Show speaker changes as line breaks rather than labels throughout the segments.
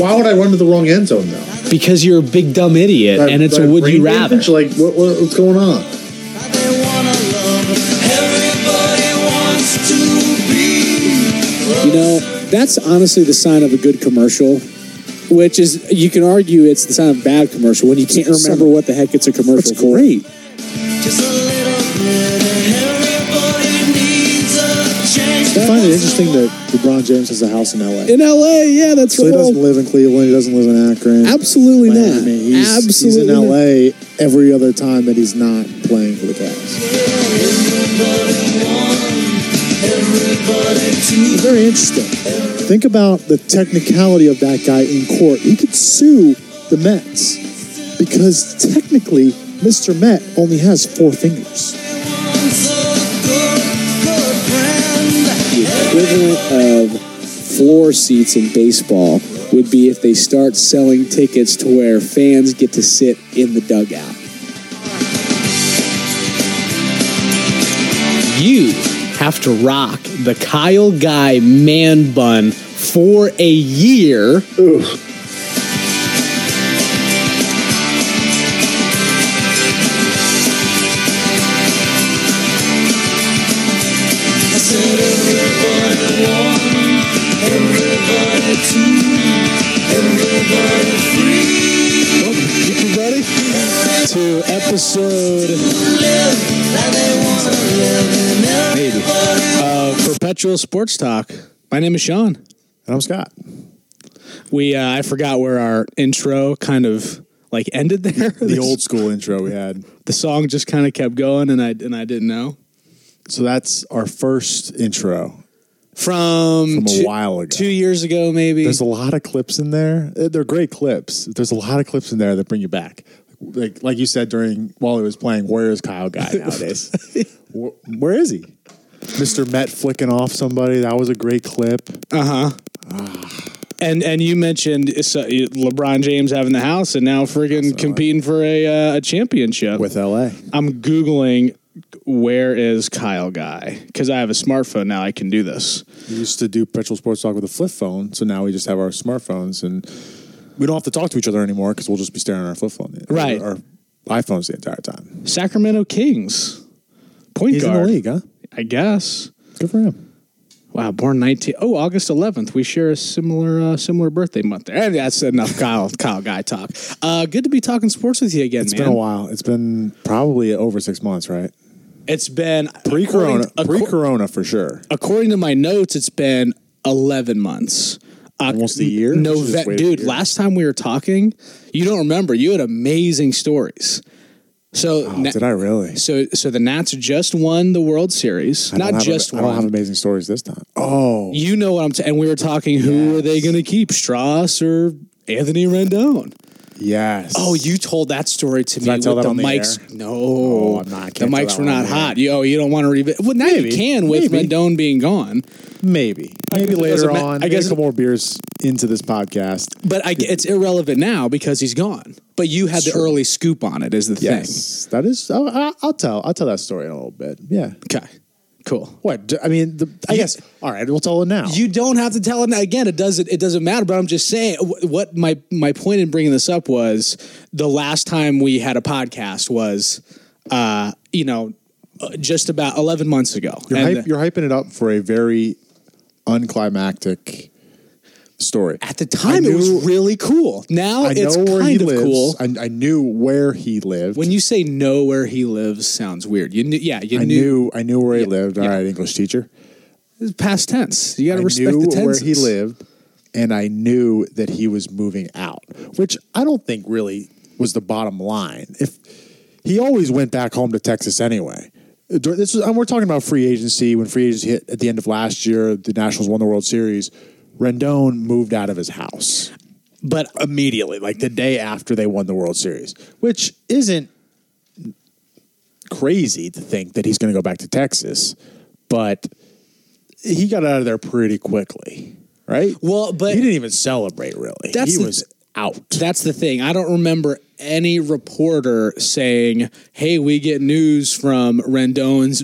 why would I run to the wrong end zone though?
because you're a big dumb idiot
That-
and it's
that
a would
brain
you rather.
damage? Like what, what, what's going on?
You know, that's honestly the sign of a good commercial, which is you can argue it's the sign of a bad commercial when you can't remember what the heck it's a commercial
That's
for.
great.
I find it interesting that LeBron James has a house in LA.
In LA, yeah, that's
so he
right.
doesn't live in Cleveland. He doesn't live in Akron.
Absolutely not.
Miami. He's,
Absolutely
he's in
not.
LA every other time that he's not playing for the Cavs. It's very interesting. Think about the technicality of that guy in court. He could sue the Mets because technically, Mr. Met only has four fingers.
the equivalent of floor seats in baseball would be if they start selling tickets to where fans get to sit in the dugout.
You have to rock the Kyle Guy man bun for a year.
Ready? To episode
Maybe. Uh, Perpetual Sports Talk. My name is Sean.
I'm Scott.
We uh, I forgot where our intro kind of like ended there.
The old school intro we had.
the song just kind of kept going, and I and I didn't know
So that's our first intro.
from,
From a
two,
while ago.
two years ago maybe.
There's a lot of clips in there. Uh, They're great clips. There's a lot of clips in there that bring you back. Like like you said during while he was playing, where is Kyle Guy nowadays? Wh- where is he? Mr. Met flicking off somebody. That was a great clip.
and and you mentioned uh, so, uh, LeBron James having the house, and now friggin' competing for a uh, a championship
With LA.
I'm googling where is Kyle Guy because I have a smartphone now. I can do this.
We used to do perpetual sports talk with a flip phone, so now we just have our smartphones and we don't have to talk to each other anymore because we'll just be staring at our flip phone. or
Right.
Our iPhones the entire time.
Sacramento Kings point
He's in
guard.
the league, huh?
I guess.
Good for him.
Wow, born 19. Oh, August 11th. We share a similar uh, similar birthday month there. And that's enough Kyle Kyle guy talk. Uh, good to be talking sports with you again,
It's
man.
been a while. It's been probably over six months, right?
It's been
Pre-corona,
according- acco-
pre-corona for sure.
according to my notes, it's been 11 months. Uh,
Almost a year?
No,
Just
that,
wait a
dude,
year.
last time we were talking, you don't remember. You had amazing stories. So,
Oh,
na-
did I really?
so, so the Nats just won the World Series.
I don't
Not
have
just
a,
one.
I don't have amazing stories this time. Oh,
You know what I'm saying. And we were talking who are they going to keep, Strauss or Anthony Rendon?
yes.
Oh, you told that story to me
I tell
with
that
the
on the
mics.
air?
No,
Oh, I'm not- I
the
can't tell
mics
that
were
one on
not
the air.
hot. You, oh, you don't want to revisit. Well, now
Maybe.
you can with
Maybe.
Rendon being gone.
maybe. Maybe
guess it
later
doesn't ma-
on.
I
I
guess
guess a
it-
couple more beers into this podcast.
But I, it's irrelevant now because he's gone. But you had the early scoop on it. Is the
Yes, that is. I- I, I'll tell. I'll tell that story in a little bit. Yeah.
thing. Okay, cool.
What? do- I mean, the, I
You-
guess. All right, we'll tell it now.
You don't have to tell it now. again. It doesn't. It doesn't matter. But I'm just saying. wh- What my my point in bringing this up was the last time we had a podcast was, uh, you know, uh, just about 11 months ago.
you're,
And
hype, you're hyping it up for a very unclimactic story.
at the time, it was really cool. Now
I
it's
know where he
kind of
lives.
cool.
I, I knew where he lived.
When you say know where he lives, sounds weird. You knew, yeah, you
I
knew,
knew I knew where he lived. All right, English teacher.
It's past tense. You got
I
to respect
knew
the tense.
where he lived, and I knew that he was moving out, which I don't think really was the bottom line. If he always went back home to Texas anyway. Dur- This was, and we're talking about free agency. When free agency hit at the end of last year, the Nationals won the World Series. Rendon moved out of his house
But uh,
immediately, like the day after they won the World Series, which isn't crazy to think that he's going to go back to Texas, but he got out of there pretty quickly, right?
Well, but-
he didn't even celebrate really.
That's
he
the-
was out.
that's the thing. I don't remember any reporter saying, "Hey, we get news from Rendon's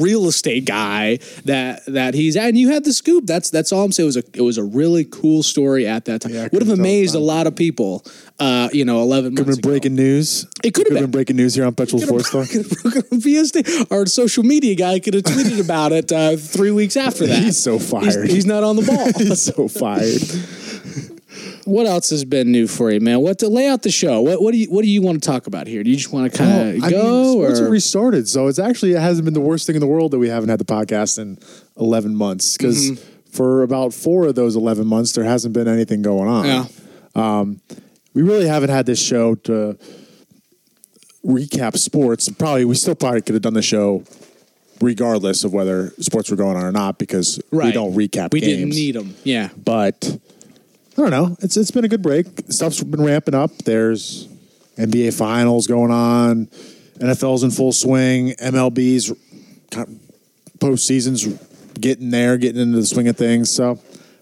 real estate guy that that he's at," and you had the scoop. That's that's all I'm saying. It was a it was a really cool story at that time.
Yeah, I
Would
couldn't
have
tell the
amazed a
time.
lot of people. Uh, you know, eleven
Could
months
have been
ago.
breaking news.
It could have been.
been breaking news here on Petrol's Four Star.
VSD, our social media guy could have tweeted about it uh, three weeks after that.
He's so
He's-
fired.
He's, not on the ball.
He's so fired.
what else has been new for you, man? What to lay out the show? What what do you what do you want to talk about here? Do you just want to
Well,
kind of
I
go
mean, sports
or
have restarted, so it's actually it hasn't been the worst thing in the world that we haven't had the podcast in eleven months because
Mm-hmm.
for about four of those eleven months there hasn't been anything going on.
Yeah.
we really haven't had this show to recap sports. Probably we still probably could have done the show regardless of whether sports were going on or not because we
Right.
don't recap.
we
games
didn't need them? Yeah.
but I don't know. It's it's been a good break. Stuff's been ramping up. There's NBA finals going on. NFL's in full swing. MLB's kind of postseason's getting there, getting into the swing of things. So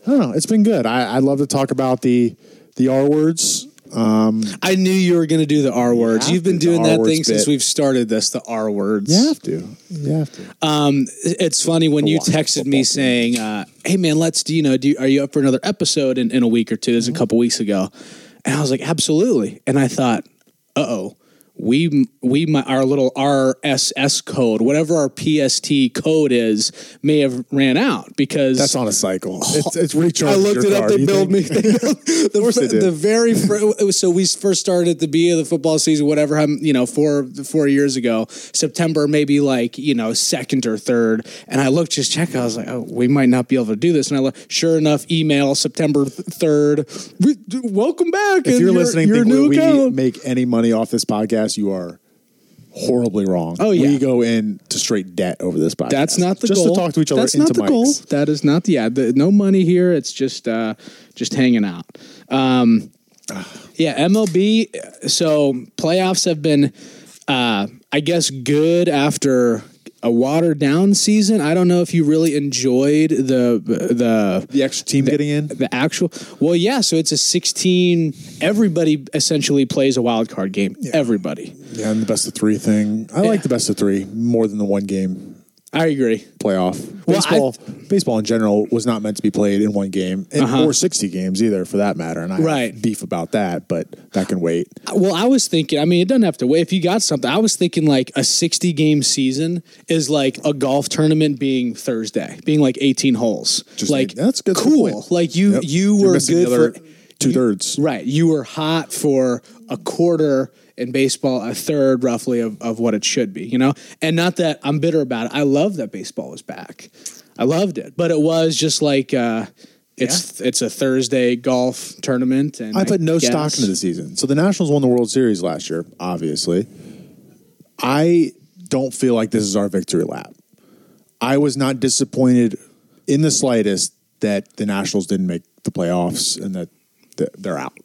I don't know. It's been good. I, I love to talk about the the R words.
I knew you were going to do the R words.
have
You've been
to, the
doing
R
that
words
thing since
bit.
we've started this. The R words.
You have to. You have to.
It's funny when you
Watch
texted
football.
me saying, uh, "Hey man, let's do you know? Do you, are you up for another episode in, in a week or two? This
Mm-hmm.
is a couple weeks ago," and I was like, "Absolutely!" And I thought, "Uh oh, we we my, our little RSS code, whatever our PST code is, may have ran out because
That's on a cycle. It's, it's recharged.
I looked it up. They billed me. They billed- the,
course they
fir-
did.
the very fir- it was- so we first started at the beginning of the football season, whatever. how m- You know, four four years ago, September maybe like you know second or third. And I looked just check. I was like, oh, we might not be able to do this. And I looked, sure enough, email September third. "We- d- Welcome back.
If
and
you're
your-
listening,
your
think
new
we
account."
make any money off this podcast, you are horribly wrong.
Oh, yeah.
we go in to straight debt over this podcast.
That's not the
just
goal.
to talk to each other.
That's
into
not the
mics.
goal. That is not the yeah. The, no money here. It's just uh, just hanging out. Um, yeah, MLB. So playoffs have been, uh, I guess, good after a watered down season. I don't know if you really enjoyed the the
The extra team getting in.
the actual. Well, yeah. So it's a sixteen. Everybody essentially plays a wild card game. Everybody.
Yeah, and the best of three thing. I
Yeah.
like the best of three more than the one game
I agree.
playoff.
Well,
baseball, baseball in general was not meant to be played in one game and, or sixty games either, for that matter. And I have
Uh-huh. Right.
beef about that, but that can wait.
Well, I was thinking, I mean, it doesn't have to wait. If you got something, I was thinking like a 60 game season is like a golf tournament being Thursday, being like 18 holes.
Just
like,
need- that's good. That's a
Cool.
point.
Like, you,
Yep.
you
You're
were
missing the
good
other
for
two thirds.
right. You were hot for a quarter in baseball, a third roughly of, of what it should be, you know? And not that I'm bitter about it. I love that baseball was back. I loved it. But it was just like, uh, it's it's a Thursday golf tournament, and
I put no
guess-
stock into the season. So the Nationals won the World Series last year, obviously. I don't feel like this is our victory lap. I was not disappointed in the slightest that the Nationals didn't make the playoffs and that that they're out.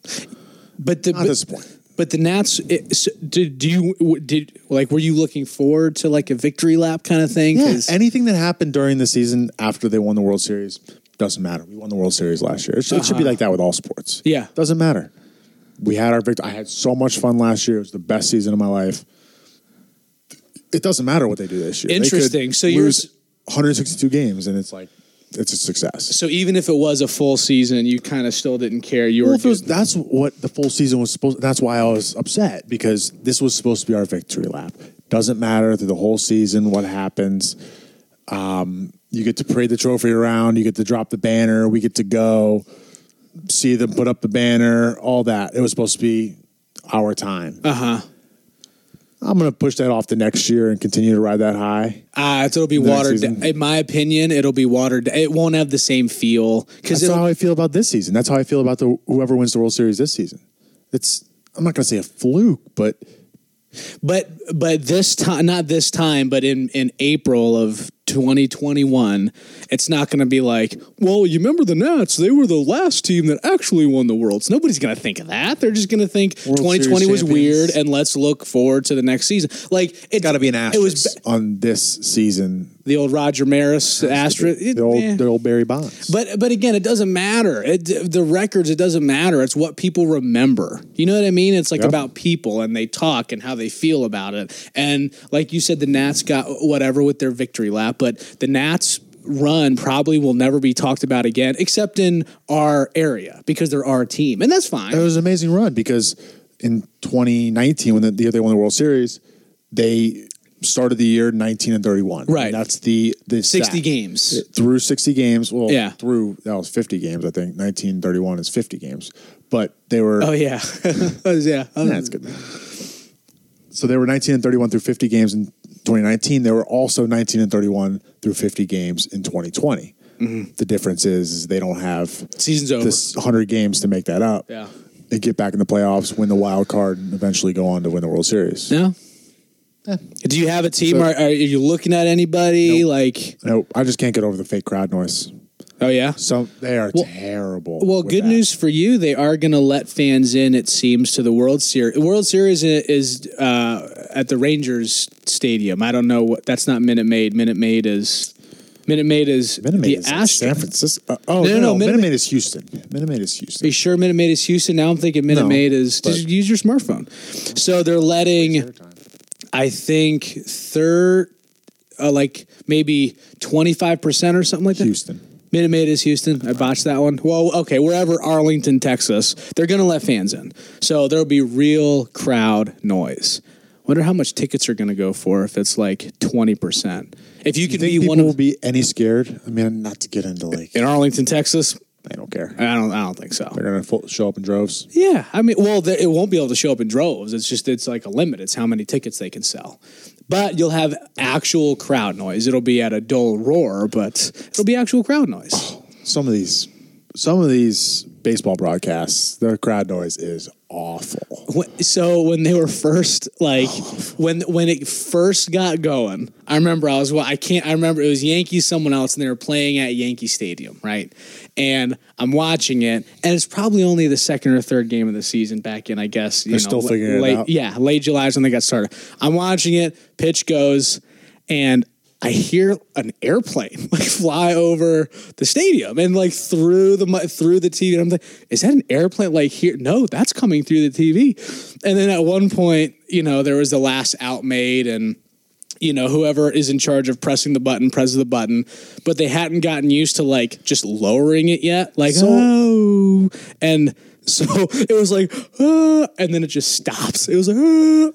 But the
Not
but-
disappointed.
But the Nats, it, so, did, do you w- did like? Were you looking forward to like a victory lap kind of thing?
Yeah,
'Cause-
anything that happened during the season after they won the World Series doesn't matter. We won the World Series last year. It should, it should be like that with all sports.
Uh-huh. Yeah.
doesn't matter. We had our victory. I had so much fun last year. It was the best season of my life. It doesn't matter what they do this year. They could
Interesting. So you're
lose
s-
162 games, and it's like it's a success.
so even if it was a full season, you kind of still didn't care. You were
Well, if it was-
good.
that's what the full season was supposed. That's why I was upset because this was supposed to be our victory lap. Doesn't matter through the whole season what happens. Um, you get to parade the trophy around. You get to drop the banner. We get to go see them put up the banner. All that. It was supposed to be our time. Uh huh. I'm gonna push that off to next year and continue to ride that high.
Ah, it'll be
next
watered.
season.
down. In my opinion, it'll be watered. down. It won't have the same feel because
That's how I feel about this season. That's how I feel about the whoever wins the World Series this season. It's I'm not gonna say a fluke, but
But but this time, not this time, but in in April of 2021, it's not going to be like, well, you remember the Nats? They were the last team that actually won the Worlds. Nobody's going to think of that. They're just going to think
World
2020
Series
was
champions.
weird and let's look forward to the next season. Like, it's
Gotta be an
It was
asterisk.
ba-
on this season.
the old Roger Maris asterisk.
The old, the old Barry Bonds.
But but again, it doesn't matter. It, the records, it doesn't matter. It's what people remember. You know what I mean? It's like
Yeah.
about people and they talk and how they feel about it. And like you said, the Nats got whatever with their victory lap, but the Nats run probably will never be talked about again, except in our area because they're our team, and that's fine.
It was an amazing run because in 2019, when the, the they won the World Series, they started the year 19 and 31.
Right.
And that's the the
60
stat.
games.
through 60 games. Well,
Yeah.
through that was 50 games. I think 1931 is 50 games, but they were
Oh yeah, yeah. Oh,
that's good. So they were 19 and 31 through 50 games in 2019. They were also 19 and 31 through 50 games in 2020. The difference is, is they don't have
Season's Mm-hmm. over.
this 100 games to make that up.
Yeah.
They get back in the playoffs, win the wild card, and eventually go on to win the World Series.
No. Do you have a team?
So-
are, are you looking at anybody? Like,
No, I just can't get over the fake crowd noise.
oh yeah.
So they are terrible.
Well,
with
good
that.
news for you. They are going to let fans in. It seems to the World Series. World Series i- is uh, at the Rangers Stadium. I don't know what. That's not Minute Maid. Minute Maid is Minute Maid is
Minute Maid
the
is in
Astros.
San Francisco. Uh, oh no,
No, no,
no,
no, Minute
Minute
Maid-
Maid is Houston. Minute Maid is
Are you
Houston.
sure Minute Maid is Houston? Now I'm thinking Minute
No,
Maid is.
but-
Just use your smartphone. So they're letting. I think third, uh, like maybe twenty five percent or something like that.
Houston.
Minute Maid is Houston. I botched that one. Well, okay, wherever Arlington, Texas, they're going to let fans in. So there'll be real crowd noise. Wonder how much tickets are going to go for if it's like 20%. If you
You
could
think
be
people
one
will
of
be any scared? I mean, not to get into like,
in Arlington, Texas,
I don't care.
I don't I don't think so.
They're gonna full, show up in droves.
Yeah, I mean, well, there, it won't be able to show up in droves. It's just it's like a limit. It's how many tickets they can sell. But you'll have actual crowd noise. It'll be at a dull roar, but it'll be actual crowd noise.
Oh. Some of these, some of these baseball broadcasts, the crowd noise is awful.
When, so when they were first like
Oh.
when when it first got going, I remember I was well, I can't I remember it was Yankees someone else and they were playing at Yankee Stadium, right? And I'm watching it, and it's probably only the second or third game of the season back in, I guess. You
They're
know,
still
la-
figuring it
late,
out.
Yeah, late July is when they got started. I'm watching it, pitch goes, and I hear an airplane like fly over the stadium and like through the mi- through the TV. And I'm like, is that an airplane? Like here? No, that's coming through the TV. And then at one point, you know, there was the last out made and you know, whoever is in charge of pressing the button presses the button, but they hadn't gotten used to like just lowering it yet. Like, oh, and so it was like, oh, and then it just stops. It was like, oh,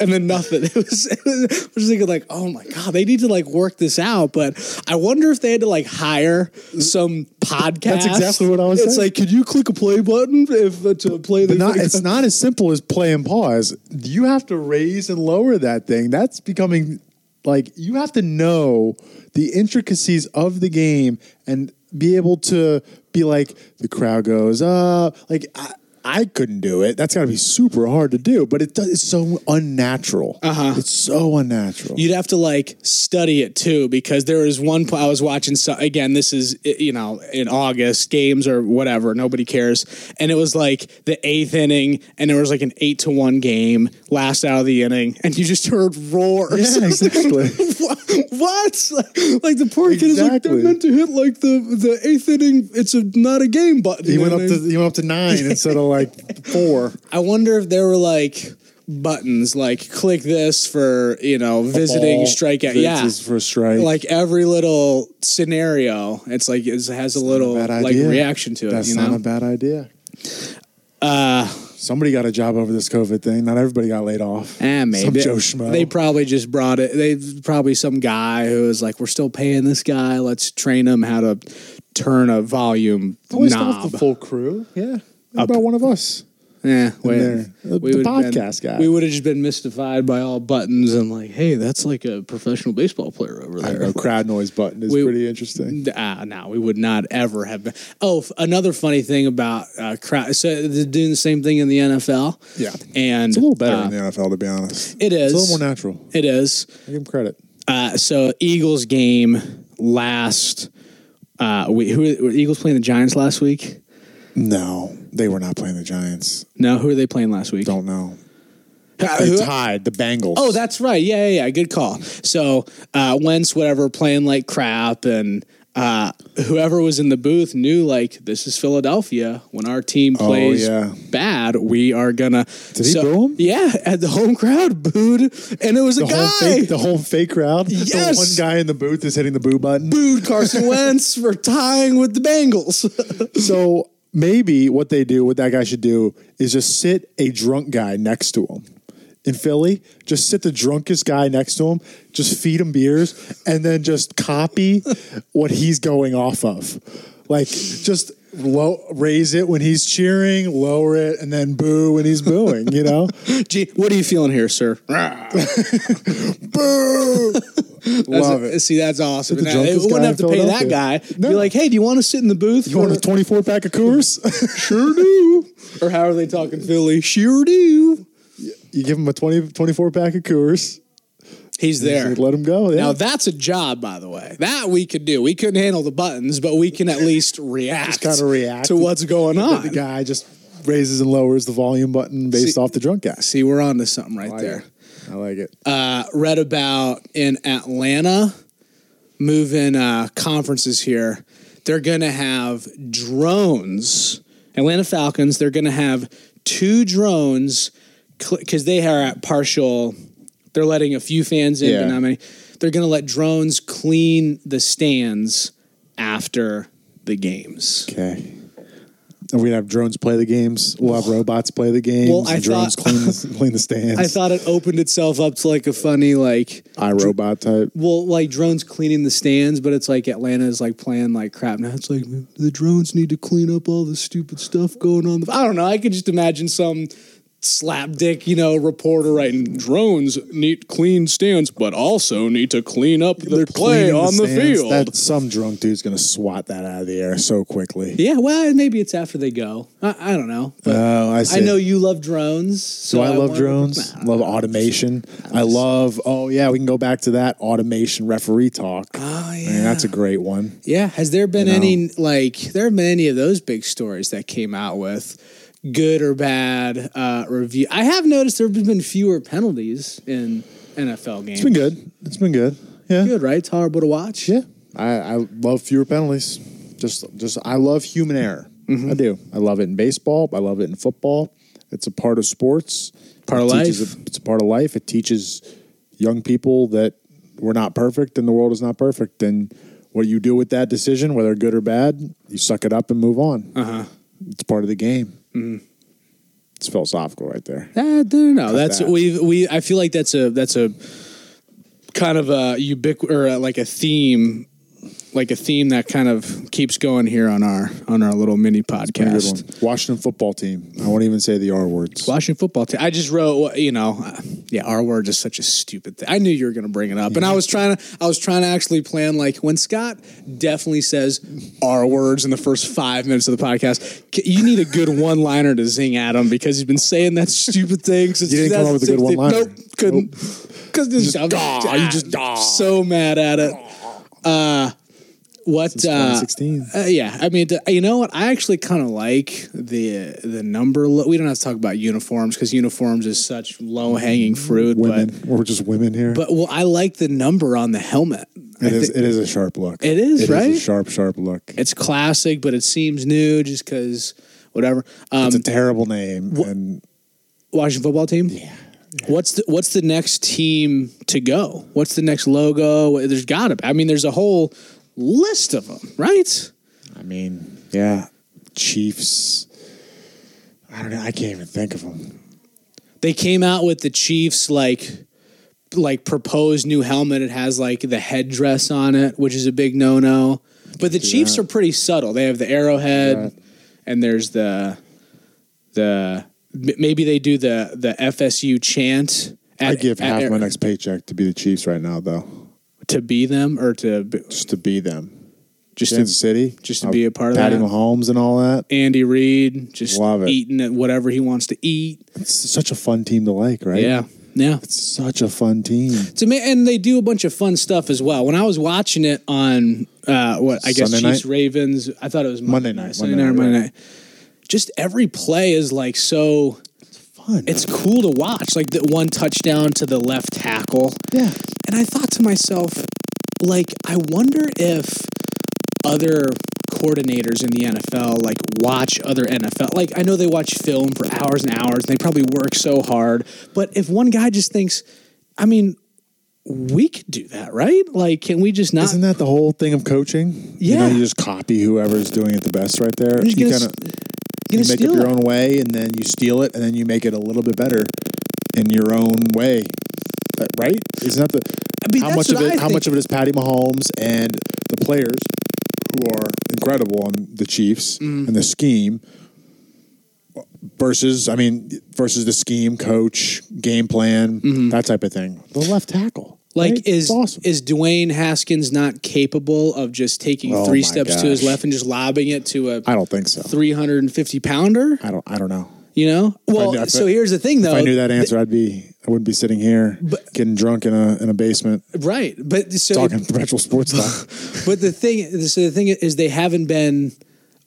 and then nothing. It was, it was, I was just thinking like, oh my god, they need to like work this out. But I wonder if they had to like hire some podcast.
exactly what I was
It's
saying.
like, could you click a play button if uh, to play the?
But not, it's not as simple as play and pause. You have to raise and lower that thing. That's becoming like you have to know the intricacies of the game and be able to be like the crowd goes up. Like I, I couldn't do it. That's got to be super hard to do. But it does, it's so unnatural. Uh-huh. It's so unnatural.
You'd have to like study it too, because there was one. po- I was watching. So again, this is i- you know in August games or whatever. Nobody cares, and it was like the eighth inning, and there was like an eight to one game, last out of the inning, and you just heard roars.
yeah, exactly.
what? Like the poor kid is like they're
Exactly.
meant to hit like the the eighth inning. It's a not a game button.
He went up
and
to he went up to nine instead of like four.
I wonder if there were like buttons like click this for you know visiting
Ball,
strikeout.
this
Yeah,
is for a strike.
like every little scenario, it's like it has a little
Bad
like
idea.
reaction to it.
That's
you
not
know,
a bad idea. Uh, Somebody got a job over this COVID thing. Not everybody got laid off.
Eh, maybe.
Some Joe Schmo.
They probably just brought it. They probably some guy who was like, "We're still paying this guy. Let's train him how to turn a volume
Always got
knob."
the full crew. Yeah. How about one of us?
Yeah,
there. The- the podcast guy.
We would have just been mystified by all buttons and like, "Hey, that's like a professional baseball player over
I
there."
don't know. Crowd noise button is
We-
pretty interesting.
Uh, no, we would not ever have been. Oh, f- another funny thing about uh, crowd. So they're doing the same thing in the NFL.
Yeah.
and
It's a little better
uh,
in the NFL, to be honest.
it
It's a
is.
little more natural.
it is.
I give him credit.
Uh, so Eagles game last. Uh, we who were Eagles playing the Giants last week?
No, they were not playing the Giants.
No, who are they playing last week?
Don't know.
Uh,
They
who-
tied the Bengals.
Oh, that's right. Yeah, yeah, yeah. Good call. So uh, Wentz, whatever, playing like crap, and uh, whoever was in the booth knew like this is Philadelphia. When our team plays
Oh, yeah.
bad, we are gonna.
Did he boo 'em?
Yeah, at the home crowd booed, and it was a
the
guy.
whole fake, the whole fake crowd.
Yes.
The one guy in the booth is hitting the boo button.
booed Carson Wentz for tying with the Bengals.
So maybe what they do, what that guy should do, is just sit a drunk guy next to him. In Philly, just sit the drunkest guy next to him, just feed him beers, and then just copy what he's going off of. Like just low, raise it when he's cheering, lower it, and then boo when he's booing. You know,
Gee, what are you feeling here, sir?
boo. Love it.
See, that's awesome.
the
And They
drunkest
wouldn't
guy
have
in
to pay that guy.
Philadelphia. No.
Be like, hey, do you want to sit in the booth?
You want a
for-
twenty-four pack of Coors? sure do.
or how are they talking Philly? Sure do.
You give him a 20, 24 pack of Coors.
He's there.
Let him go. Yeah.
Now that's a job, by the way. That we could do. We couldn't handle the buttons, but we can at least react,
kinda react.
to what's going on.
the guy just raises and lowers the volume button based
See-
off the drunk guy.
See, we're on to something right
I
there.
like it. I like it.
Uh, read about in Atlanta, moving uh, conferences here. They're going to have drones. Atlanta Falcons. They're going to have two drones because they are at partial. They're letting a few fans in, but
Yeah.
not many. They're going to let drones clean the stands after the games.
okay. And we're gonna have drones play the games. We'll have robots play the games.
Well, I
and drones
thought-
clean the, clean the stands.
I thought it opened itself up to like a funny like
iRobot type.
well, like drones cleaning the stands, but it's like Atlanta is like playing like crap. Now it's like the drones need to clean up all the stupid stuff going on. I don't know. I could just imagine some slapdick, you know, reporter writing drones need clean stands, but also need to clean up the play
cleaning
on the,
stands.
field.
That, some drunk dude's gonna swat that out of the air so quickly.
yeah, well, maybe it's after they go. I, I don't know. But
Oh, I
I
see.
know you love drones. So
Do I love
wonder-
drones?
Nah.
Love automation. I love. Oh yeah, we can go back to that automation referee talk. Oh yeah, that's a great one.
Ah, Yeah. Has there been
You know?
any like there have been any of those big stories that came out with good or bad uh, review? I have noticed there have been fewer penalties in NFL games.
It's been good. It's been good. Yeah.
Good, right? Tolerable to watch.
Yeah. I, I love fewer penalties. Just just I love human error.
Mm-hmm.
I do. I love it in baseball. I love it in football. It's a part of sports.
Part
It
of
teaches-
life.
it's a part of life. It teaches young people that we're not perfect and the world is not perfect. And what you do with that decision, whether good or bad, you suck it up and move on. Uh-huh. It's part of the game.
Mm-hmm.
It's philosophical right there.
Uh, no, no, no. That's
that.
we we. I feel like that's a that's a kind of a ubiqu or uh like a theme, like a theme that kind of keeps going here on our on our little mini
Pretty good
podcast.
one. Washington football team. I won't even say the R words.
Washington football team. I just wrote, what- you know, uh, yeah, our word is such a stupid thing. I knew you were going to bring it up, and I was trying to, I was trying to actually plan like when Scott definitely says our words in the first five minutes of the podcast. c- You need a good one liner to zing at him because he's been saying that stupid thing since
You didn't come up with a good
2016.
one-liner.
Nope, couldn't. Because just, I'm
"Gah," you just, "Gah."
so mad at it. Uh, what? Uh,
2016.
uh, yeah, I mean, th- you know what? I actually kind of like the the number. Lo- we don't have to talk about uniforms because uniforms is such low hanging fruit.
Mm-hmm. women. We're just women here.
But but well, I like the number on the helmet.
It is. It is a sharp look.
It is, right?
a sharp, sharp look. It's,
It's classic, but it seems new just because whatever. Um,
a terrible name, and
Washington football team. Yeah. What's the What's the next team to go? What's the next logo? There's got to. be I mean, there's a whole list of them, right?
I mean, yeah, Chiefs. I don't know. I can't even think of them.
they came out with the Chiefs like like proposed new helmet. It has like the headdress on it, which is a big no no. But the Chiefs are pretty subtle. They have the arrowhead, and there's the the m- maybe they do the the FSU chant.
I
at-
give
at
half
Air-
my next paycheck to be the Chiefs right now, though,
to be them or to be,
just to be them.
just
Kansas
to,
City,
just to
Uh,
be a part of
Patty
that.
Mahomes and all that.
Andy Reid just
Love it.
eating at whatever he wants to eat.
It's such a fun team to like, right?
Yeah, Yeah.
Such a fun team.
It's ama- and they do a bunch of fun stuff as well. When I was watching it on uh, what I guess
Sunday
Chiefs
night?
Ravens, I thought it was Monday,
Monday night,
Sunday
Monday
night, or
night,
Monday night. Just every play is like so.
Fun.
It's cool to watch, like the one touchdown to the left tackle.
yeah.
And I thought to myself, like, I wonder if other coordinators in the NFL like watch other NFL. Like, I know they watch film for hours and hours, and they probably work so hard. But if one guy just thinks, I mean, we could do that, right? Like, can we just not?
Isn't that the whole thing of coaching? You know,
Yeah.
you just copy whoever's doing it the best right there.
just
you
gonna s-
you
gonna
make it
steal
your
it.
own way and then you steal it and then you make it a little bit better in your own way. Uh, Right? Isn't that the
I mean,
how
that's
much of
what
it
I
how
think.
much of it is Patty Mahomes and the players who are incredible on the Chiefs
Mm.
and the scheme versus I mean versus the scheme, coach, game plan, that type of thing. The left tackle.
Mm-hmm. Like
right?
is
It's awesome.
is Dwayne Haskins not capable of just taking
Oh
three
my
steps to his
gosh.
left and just lobbing it to a
I don't think so.
350 pounder?
I don't I don't know.
You know? Well,
knew- if
so
I-
here's Oh, the thing though.
If I knew that answer, I'd be I wouldn't be sitting here getting drunk in a in a basement
Right, but so
talking perpetual sports talk.
but the thing so the thing is they haven't been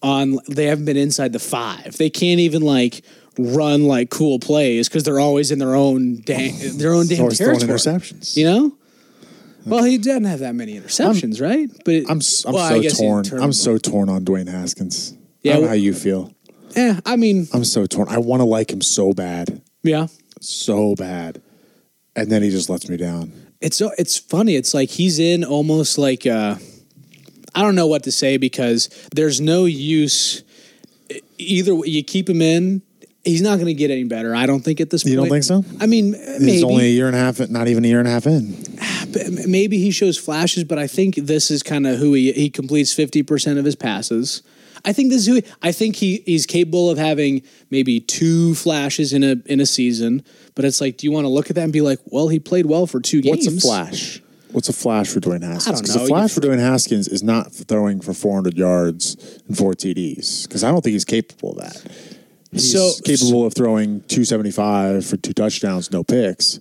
on they haven't been inside the 5. They can't even like run like cool plays cuz they're always in their own dang, their own damn
always throwing
territory.
interceptions.
You know? Well, he doesn't have that many interceptions, right? But it-
I'm s- I'm
well, I
so
guess he's
torn.
turned-
I'm so torn on Dwayne Haskins.
Yeah,
I don't know
well-
how you feel.
eh, I mean,
I'm so torn. I want to like him so bad,
yeah.
so bad, and then he just lets me down.
it's so it's funny. It's like he's in almost like uh, I don't know what to say because there's no use e- either. way, You keep him in, he's not going to get any better. I don't think at this point.
You don't think so?
I mean,
He's
maybe
only a year and a half, not even a year and a half in.
m- maybe he shows flashes, but I think this is kind of who he he completes fifty percent of his passes. I think this is who he, I think he he's capable of having maybe two flashes in a in a season. But it's like, do you want to look at that and be like, well, he played well for two games?
What's a flash? What's a flash for Dwayne
I
Haskins?
don't
Because
know.
a flash for Dwayne Haskins is not throwing for 400 yards and four TDs. Because I don't think he's capable of that. He's
So-
capable of throwing 275 for two touchdowns, no picks.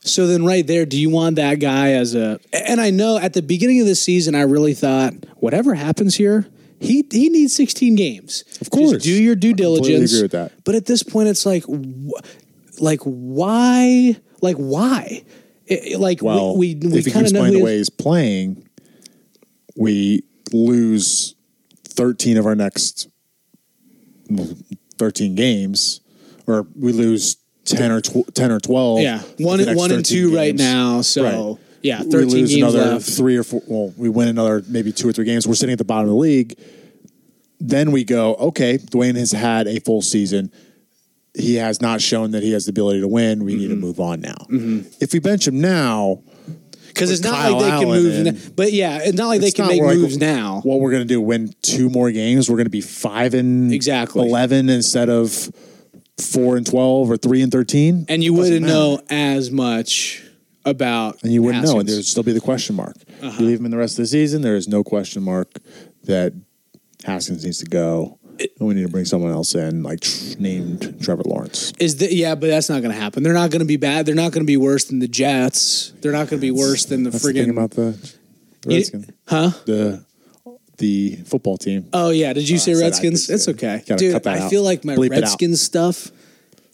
So then, right there, do you want that guy as a? And I know at the beginning of the season, I really thought whatever happens here, he he needs 16 games. Of
course.
do your due
completely
diligence.
agree with that.
But at this point, it's like, wh- like why? Like why? It- it- like
Well,
we we, we
if he
kind
keeps
of know
playing the
who he
way
is.
he's playing, we lose 13 of our next well, 13 games, or we lose 10 or tw- 10 or 12.
Yeah,
of the
one
next
one and
13
two right
games.
now. So
Right.
yeah,
We
13
lose
games
another
left.
three or four. Well, we win another maybe two or three games. We're sitting at the bottom of the league. Then we go, okay, Dwayne has had a full season. He has not shown that he has the ability to win. We
Mm-hmm.
need to move on now. If we bench him now,
Because it's
with
not
Kyle
like they
Allen
can move.
in.
Now, but yeah, it's not like they
it's
can
not
make
like,
moves now.
What we're going to do? Win two more games? We're going to be five and
Exactly.
eleven instead of four and twelve or three and thirteen.
and you wouldn't know as much about
and you wouldn't know. And
Haskins.
there'd still be the question mark.
Uh-huh.
You leave him in the rest of the season. There is no question mark that Haskins needs to go. and we need to bring someone else in, like tr- named Trevor Lawrence.
Is the, yeah, but that's not going to happen. They're not going to be bad. They're not going to be worse than the Jets. They're not going to be worse than the
That's the
friggin'
thing about the, the
You-
Redskins,
huh?
the the football team.
Oh yeah, did you say
said I
Redskins?
did say
It's
it.
okay,
Gotta
dude.
cut that
I
out.
feel like my
Bleep it out.
Redskins stuff.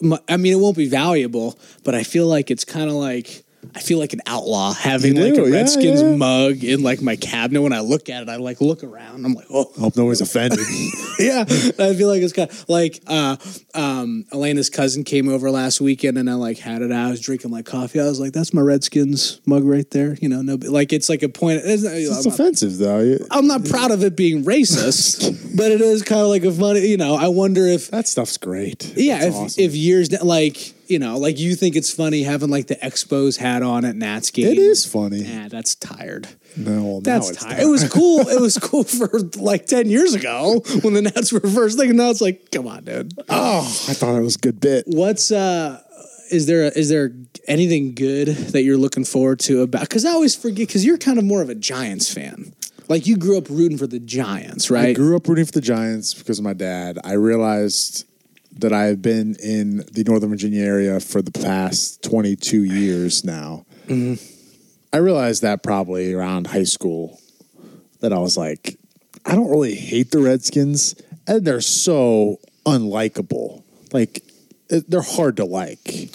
My, I mean, it won't be valuable, but I feel like it's kind of like I feel like an outlaw having
You
like
do,
a
yeah,
Redskins
yeah.
mug in like my cabinet. When I look at it, I like look around. I'm like, oh
I hope nobody's offended.
yeah, I feel like it's kind of like uh, um, Elena's cousin came over last weekend, and I like had it out. I was drinking like coffee. I was like, "That's my Redskins mug right there." You know, no, like it's like a point. It's,
it's
I'm, not,
offensive though.
I'm not proud of it being racist, but it is kind of like a funny. You know, I wonder if
That stuff's great.
yeah,
It's
if,
awesome.
if years da- like you know, like you think it's funny having like the Expos hat on at Nats game.
It is funny.
Yeah, that's tired.
No, well,
That's
now it's
tired. It was cool. It was cool for like ten years ago when the Nats were first thing. Now it's like, come on, dude.
I thought it was a good bit.
What's uh is there is there anything good that you're looking forward to about cuz I always forget cuz you're kind of more of a Giants fan. Like you grew up rooting for the Giants,
I
right?
grew up rooting for the Giants because of my dad. I realized that I have been in the Northern Virginia area for the past 22 years now, I realized that probably around high school that I was like, I don't really hate the Redskins, and they're so unlikable. Like, it- they're hard to like.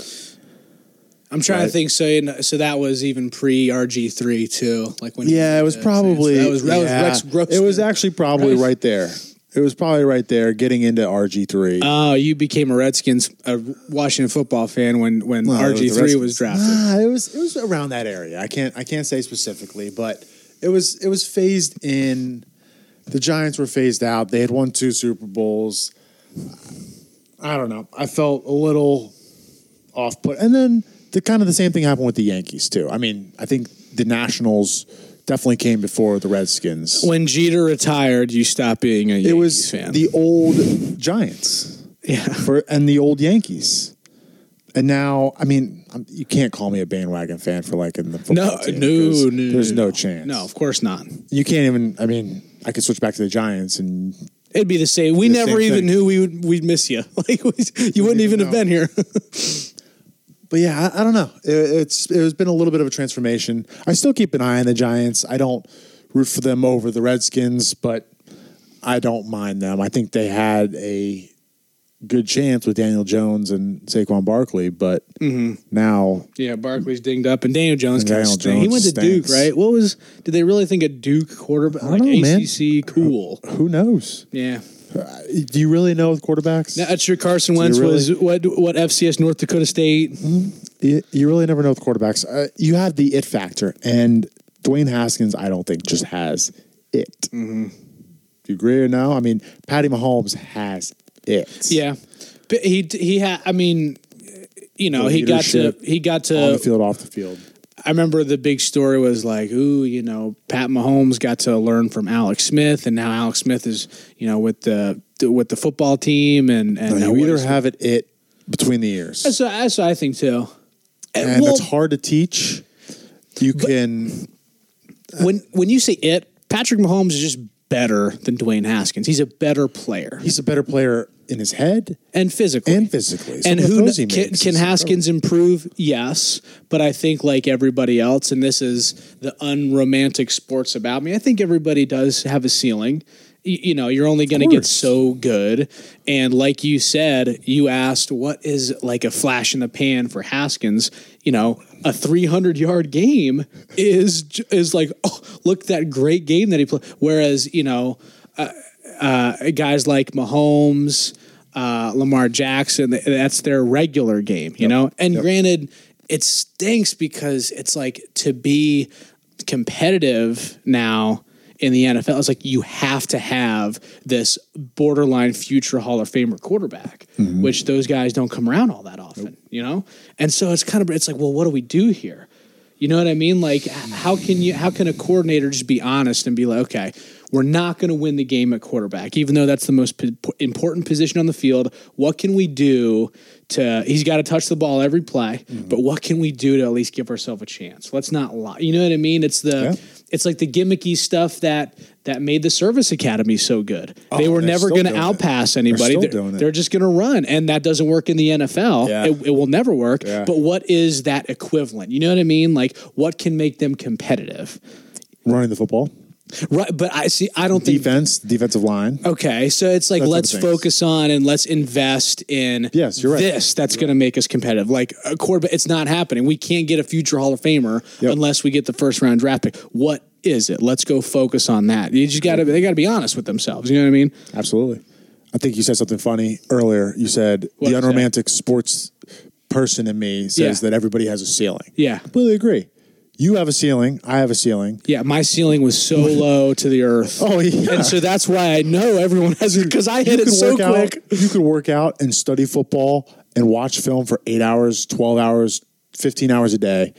I'm trying
Right.
to think. So, you know, so that was even pre RG three too. Like when, he
Yeah, it was
did that, so
probably
that was, that
yeah.
was Rex Grossman.
It was actually probably
Gross-
right there. It was probably right there getting into RG three.
Oh, you became a Redskins, a Washington football fan when when RG three was drafted.
Ah, it was it was around that area. I can't I can't say specifically, but it was it was phased in. The Giants were phased out. They had won two Super Bowls. I don't know. I felt a little off put, and then the kind of the same thing happened with the Yankees too. I mean, I think the Nationals definitely came before the Redskins.
When Jeter retired, you stopped being a Yankees
it was
fan.
the old Giants
yeah.
for and the old Yankees. And now, I mean, I'm, you can't call me a bandwagon fan for liking the football
No,
team,
no,
'cause
no, no.
There's no chance.
No, of course not.
you can't even. I mean, I could switch back to the Giants, and
It'd be the same. We
The
never
same
even
thing.
knew we would we'd miss you. Like we, you wouldn't
even
even have
know.
been here.
but yeah, I, I don't know. It, it's it has been a little bit of a transformation. I still keep an eye on the Giants. I don't root for them over the Redskins, but I don't mind them. I think they had a good chance with Daniel Jones and Saquon Barkley, but
Mm-hmm.
now
yeah, Barkley's dinged up, and Daniel Jones.
And Daniel
Daniel Jones he
Jones
went to
stinks.
Duke, right? What was? Did they really think a Duke quarterback
don't
like
know, man.
ACC cool?
who knows?
Yeah.
Do you really know with quarterbacks?
Now, that's your Carson Wentz
really-
was what what FCS North Dakota State.
You, you really never know with quarterbacks. Uh, you have the it factor, and Dwayne Haskins, I don't think, just has it.
Mm-hmm.
Do you agree or no? I mean, Patty Mahomes has it.
Yeah, but he he had. I mean, you know,
The
he got to
leadership
he got
On the
to.
field, off the field.
I remember the big story was like, ooh, you know, Pat Mahomes got to learn from Alex Smith, and now Alex Smith is you know with the with the football team, and and
No, you
uh, what
either
is-
have it it between the ears,
that's what- that's what I think too. And,
and
well,
it's hard to teach. You can.
when when you say it, Patrick Mahomes is just better than Dwayne Haskins. He's a better player
He's a better player in his head
and physically
and physically. Some
and
of the
who
throws he
kn- can,
makes
can
is
Haskins improve? Yes, but I think like everybody else, and this is the unromantic sports about me. I think everybody does have a ceiling. Y- you know, you're only going to get
course.
so good. And like you said, you asked what is like a flash in the pan for Haskins. You know, a 300 yard game is j- is like oh look that great game that he played. Whereas you know guys like Mahomes, uh, Lamar Jackson. th- That's their regular game, you know. And granted, it stinks because it's like to be competitive now in the NFL. It's like you have to have this borderline future Hall of Famer quarterback, which those guys don't come around all that often, you know. And so it's kind of it's like, well, what do we do here? You know what I mean? Like, h- how can you? How can a coordinator just be honest and be like, okay, we're not going to win the game at quarterback, even though that's the most p- important position on the field. What can we do to? He's got to touch the ball every play,
Mm-hmm.
but what can we do to at least give ourselves a chance? Let's not lie. You know what I mean? It's the
Yeah.
it's like the gimmicky stuff that that made the service academy so good. they were
Oh, they're
never
still
going to
doing it.
outpass anybody.
still
They're,
doing it.
they're just going to run, and that doesn't work in the NFL.
Yeah.
It, it will never work.
Yeah.
But what is that equivalent? You know what I mean? Like what can make them competitive?
running the football,
Right, but I see. I don't think.
defense, defensive line.
Okay, so it's like
That's what
let's
I'm saying.
focus on and let's invest in
Yes, you're right.
this that's going to make us competitive. Like a quarterback, it's not happening. We can't get a future Hall of Famer
Yep.
unless we get the first round draft pick. What is it? Let's go focus on that. You just got to they got to be honest with themselves. You know what I mean?
Absolutely. I think you said something funny earlier. You said
What
the
was
unromantic sports person in me says
Yeah.
that everybody has a ceiling.
Yeah.
Completely agree. You have a ceiling. I have a ceiling.
Yeah, my ceiling was so low to the earth.
Oh, yeah.
And so that's why I know everyone has because I hit it so
work
quick.
out. You could work out and study football and watch film for eight hours, twelve hours, fifteen hours a day,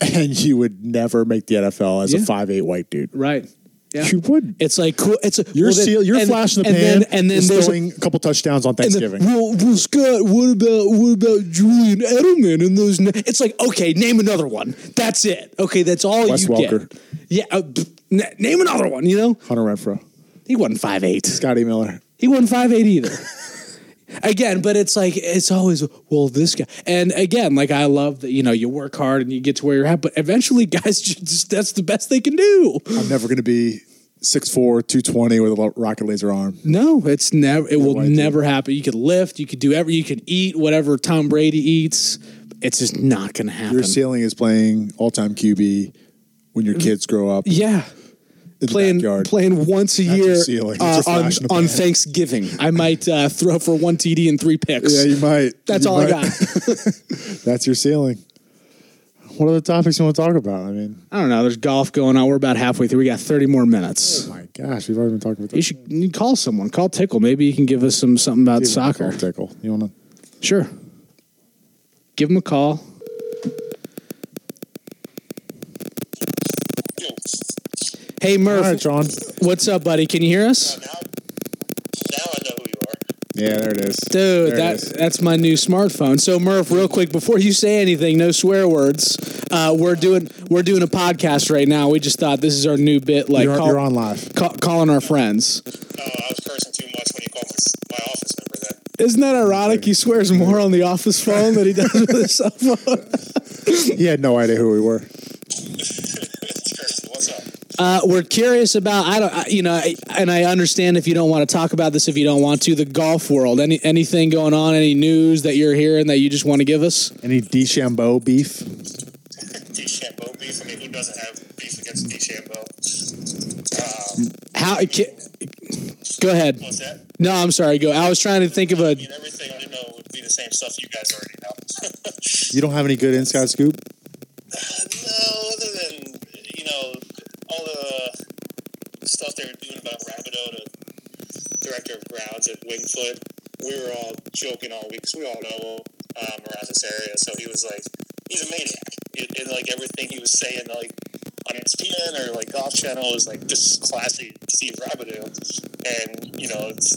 and you would never make the NFL as a
Yeah.
five eight white dude.
Right. Yeah.
You would.
It's like cool. It's a,
You're
well, then-
seal. You're
and-
flashing the
and
pan.
Then, and then there's a-
throwing a couple touchdowns on
and then,
Thanksgiving.
well, well, Scott, what about what about Julian Edelman and those? Na-? It's like okay, name another one. That's it. Okay, that's all
Wes
you
Welker.
get. Yeah, uh, pff, na- name another one. You know,
Hunter Renfro,
he wasn't five eight.
Scotty Miller.
He wasn't five eight either. again, but it's like it's always well this guy. And again, like I love that you know you work hard and you get to where you're at, but eventually, guys, just, that's the best they can do.
I'm never going to be 6'4", 220 with a lo- rocket laser arm.
No, it's never. It will
why do.
never happen. You could lift. You could do every. You could eat whatever Tom Brady eats. It's just not going to happen.
Your ceiling is playing all time QB when your kids grow up
Mm-hmm. yeah,
in
playing
the backyard.
playing once a
Not your
year
ceiling,
uh,
it's a
on,
flash in the
on
pan.
Thanksgiving. I might uh, throw for one TD and three picks.
Yeah, you might.
That's
You
all I
might.
got.
That's your ceiling. What are the topics you want to talk about? I mean,
I don't know. There's golf going on. We're about halfway through. We got 30 more minutes.
Oh my gosh, we've already been talking about
You
this.
should you call someone. Call Tickle. Maybe you can give us some something about soccer.
Tickle. You want to?
Sure. Give him a call. Hey
All
Murph,
right, Sean.
what's up, buddy? Can you hear us,
Now, now I know who you are.
Yeah, there it is.
dude?
There it
that
is.
that's my new smartphone. So Murph, real quick, before you say anything, no swear words. Uh, we're doing we're doing a podcast right now. We just thought this is our new bit, like
you're,
call-
you're on live.
ca- calling our friends.
Oh, I was cursing too much when you called my, s- my office number then.
Isn't that ironic? He swears more on the office phone than he does with his cell phone.
He had no idea who we were.
Kirsten, what's up?
Uh, we're curious about I don't I, you know I, and I understand if you don't want to talk about this if you don't want to the golf world any anything going on any news that you're hearing that you just want to give us
Any DeChambeau beef?
DeChambeau beef. I mean, who doesn't have beef against DeChambeau? Um,
how ca- go ahead
what's that?
no I'm sorry go I was trying to think of a
I mean, everything I know would be the same stuff you guys already know.
You don't have any good inside scoop?
no, other than, you know, all the stuff they were doing about Rabideau, the director of grounds at Wingfoot, we were all joking all week 'cause we all know um, around this area. So he was like, he's a maniac. And, and like everything he was saying, like on E ESPN or like Golf Channel, was like just classic Steve Rabideau. And, you know, it's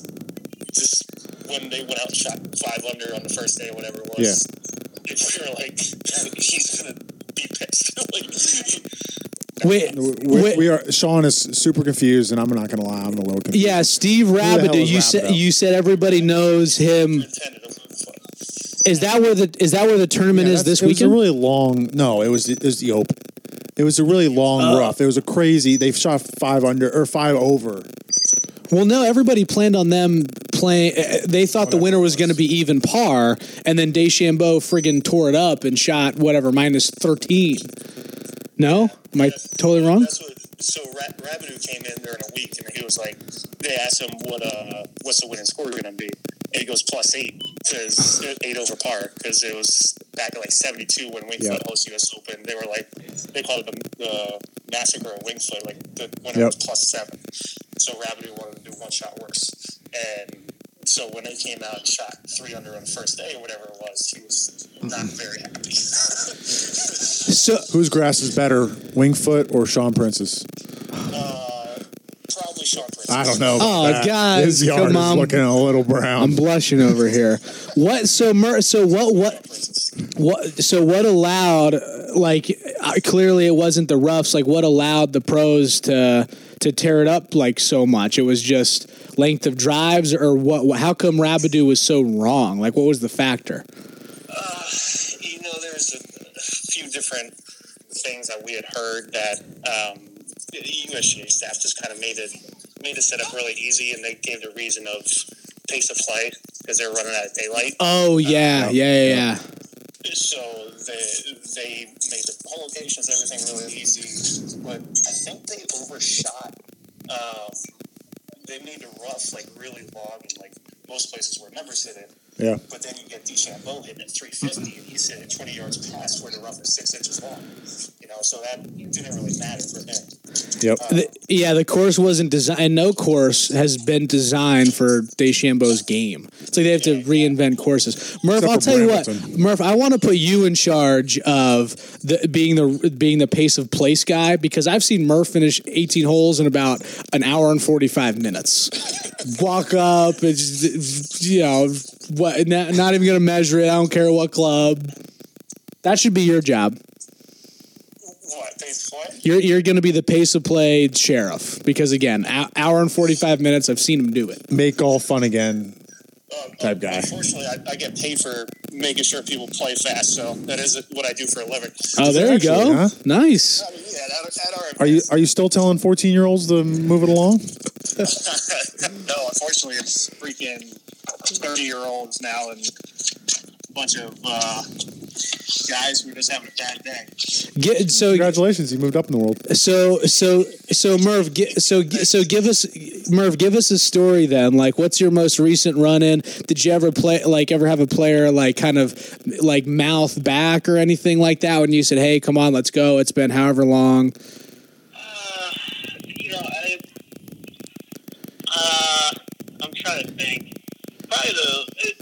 just when they went out and shot five under on the first day, whatever it was.
Yeah.
If we were like, he's gonna be pissed. like,
wait,
We,
wait-
we are. Sean is super confused, and I'm not going to lie. I'm a little confused.
yeah Steve
hell
Rabideau
is
you said
Rabideau?
you said everybody knows him
intended to move foot.
is that where the is that where the tournament
Yeah,
is
that's- it
this
was
weekend
a really long. No, it was it was the open. It was a really long
Oh.
rough. It was a crazy. They've shot five under or five over.
Well, no, everybody planned on them playing. eh, They thought the winner was going to be even par, and then Deschambeau friggin' tore it up and shot whatever minus thirteen. No, am I totally wrong?
That's what. So Ra- Rabideau came in during a week, and he was like, they asked him what uh what's the winning score going to be, and he goes plus eight because eight over par because it was back in like '72 when Wingfoot
Yep.
hosted U.S. Open. They were like they called it the, the massacre of Wingfoot, like the winner
Yep.
was plus seven. So Rabideau wanted to do one shot worse, and so when they came out and shot three under on the first day or whatever it was, he was not
Mm-hmm.
very happy.
So,
Whose grass is better, Wingfoot or Sean Prince's?
Probably Sean Prince.
I don't know.
Oh,
about that.
guys,
his yard
come
is
on.
looking a little brown.
I'm blushing over here. What? So, Mer- so what? What? What? So, what allowed? uh, Like, uh, clearly, it wasn't the roughs. Like, what allowed the pros to to tear it up like so much? It was just length of drives, or what? How come Rabideau was so wrong? Like, what was the factor?
you know, there's a few different things that we had heard that um, the USGA staff just kind of made it made the setup really easy, and they gave the reason of pace of play because they're running out of daylight.
Oh yeah, yeah, yeah, yeah.
So they they made the publications everything really easy, but I think they overshot. Um, they made the rough like really long, and like most places where members hit it.
yeah,
But then you get DeChambeau hitting at 350, and he's hitting 20 yards past where the rough is six inches long. You know, so that didn't really matter for him.
yep.
The, yeah, the course wasn't designed, and no course has been designed for Deschambeau's game. It's like they have to reinvent courses. Murph,
Except
I'll
for
tell you what,
Bramerton.
Murph, I want to put you in charge of the being the being the pace of place guy because I've seen Murph finish 18 holes in about an hour and 45 minutes. Walk up, it's it's, you know, what? Not, not even gonna measure it. I don't care what club. That should be your job.
What? They what?
You're you're going to be the pace of play sheriff because again, hou- hour and forty five minutes. I've seen him do it.
Make golf fun again.
Um,
type guy.
Unfortunately, I, I get paid for making sure people play fast, so that is what I do for a living.
Oh, there you
Actually,
go.
huh?
Nice.
I mean, yeah, at, at our
Are you are you still telling fourteen year olds to move it along?
no, unfortunately, it's freaking thirty-year-olds now and a bunch of uh, guys who are just having a bad day.
Get, so
Congratulations, you moved up in the world.
so so so Merv, gi- so gi- so give us Merv, give us a story then. Like, what's your most recent run in? Did you ever play like ever have a player like kind of like mouth back or anything like that when you said, "Hey, come on, let's go. It's been however long."
Uh, you know, I, uh, I'm trying to think. Probably the it,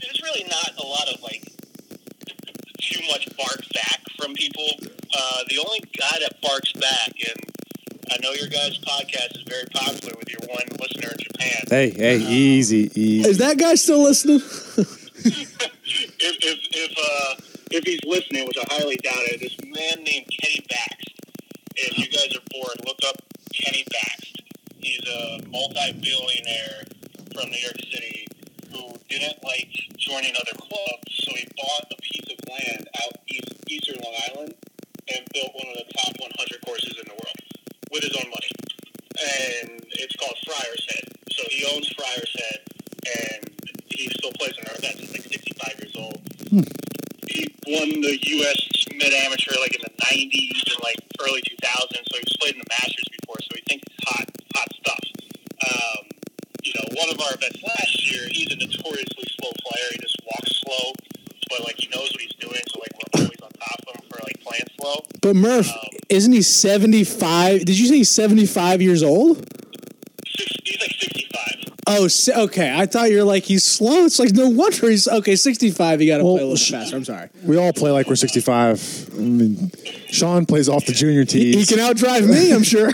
there's really not a lot of like too much bark back from people. Uh, the only guy that barks back, and I know your guys' podcast is very popular with your one listener in Japan.
Hey, hey, easy, easy.
Is that guy still listening?
if if if, uh, if he's listening, which I highly doubt it, this man named Kenny Baxt. If you guys are bored, look up Kenny Baxt. He's a multi-billionaire from New York City who didn't like joining other clubs, so he bought a piece of land out east, eastern Long Island and built one of the top 100 courses in the world with his own money. And it's called Friar's Head. So he owns Friar's Head, and he still plays in our events. He's like 65 years old. He won the U.S. mid amateur like in the 90s and like early 2000s. So he's played in the Masters before. So he thinks it's hot, hot stuff. Um, you know, one of our events last year, he's a notoriously slow player. He just walks slow, but like he knows what he's doing. So like we're always on top of him for like playing slow.
But Murph, isn't he seventy five? Did you say he's seventy five years old?
Six, he's like 65.
Oh, se- okay. I thought you're like he's slow. It's like no wonder he's okay. Sixty five. You got to play a little bit faster. I'm sorry.
We all play like we're sixty five. I mean, Sean plays off the junior tees.
He can outdrive me. I'm sure.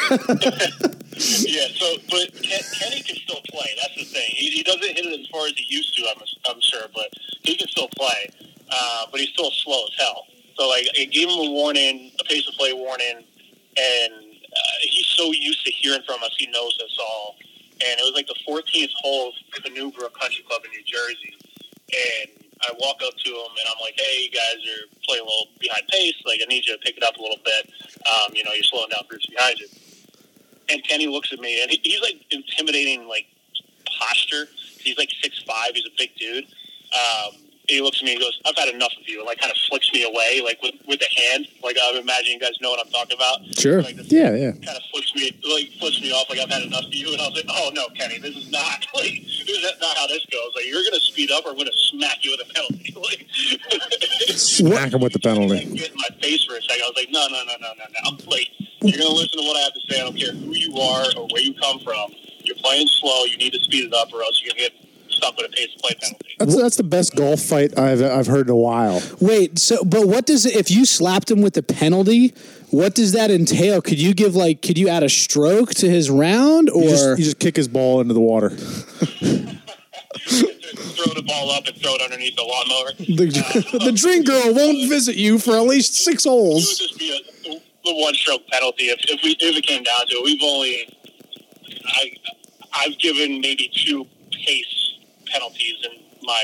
Yeah, so but Ken, Kenny can still play. That's the thing. He, he doesn't hit it as far as he used to. I'm I'm sure, but he can still play. Uh, but he's still slow as hell. So like, it gave him a warning, a pace of play warning, and uh, he's so used to hearing from us, he knows us all. And it was like the 14th hole at the Newbrook Country Club in New Jersey, and I walk up to him and I'm like, "Hey, you guys are playing a little behind pace. Like, I need you to pick it up a little bit. Um, you know, you're slowing down groups behind you." and Kenny looks at me, and he, he's like intimidating, like posture. He's like six five. He's a big dude. Um, he looks at me and goes, "I've had enough of you," and like kind of flicks me away, like with with the hand. Like I would imagine you guys know what I'm talking about.
Sure.
Like, this
yeah, yeah.
Kind of flicks me, like flicks me off. Like I've had enough of you, and I was like, "Oh no, Kenny, this is not like this is not how this goes. Like you're gonna speed up, or I'm gonna smack you with a penalty." like,
Smack him with the penalty.
like, get in my face for a second. I was like, no, no, no, no, no, no. Like, you're going to listen to what I have to say. I don't care who you are or where you come from. You're playing slow. You need to speed it up, or else you're going to get stuck with a pace of play penalty.
That's that's the best golf fight I've I've heard in a while.
Wait. So, but what does if you slapped him with a penalty? What does that entail? Could you give like? Could you add a stroke to his round or?
You just, you just kick his ball into the water.
throw the ball up and throw it underneath the lawnmower.
the, the drink girl won't visit you for at least six
It would
holes.
just be a, the one stroke penalty if, if we if it came down to it. We've only I I've given maybe two pace penalties in my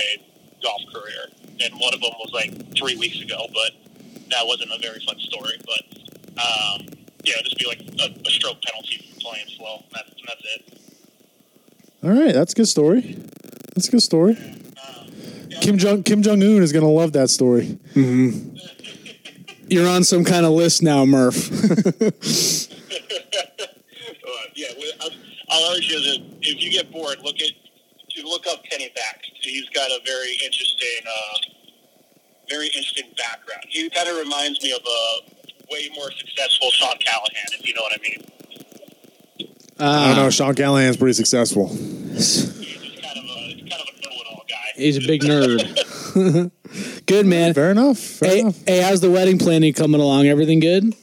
golf career, and one of them was like three weeks ago. But that wasn't a very fun story. But um, yeah, it'd just be like a, a stroke penalty for playing slow. and That's and that's it.
All right, that's a good story. That's a good story. Kim Jong Kim Jong Un is gonna love that story.
You're on some kind of list now, Murph.
Uh, yeah, we- I'll, I'll urge you that if you get bored, look at to look up Kenny Bax. He's got a very interesting, uh, very interesting background. He kind of reminds me of a way more successful Sean Callahan, if you know what I mean.
I don't know. Sean Callahan's pretty successful.
He's kind of a he's kind of a know-it-all guy.
He's a big nerd. good man.
Fair enough. Fair
Hey,
enough.
hey, how's the wedding planning coming along? Everything good?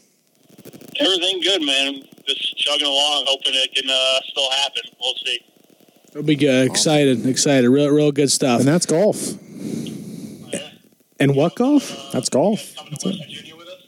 Everything good, man. Just chugging along, hoping it can uh, still happen. We'll see.
It'll be good. Excited, excited. Real, real good stuff.
And that's golf.
And what golf?
That's golf.
Coming to West Virginia with us?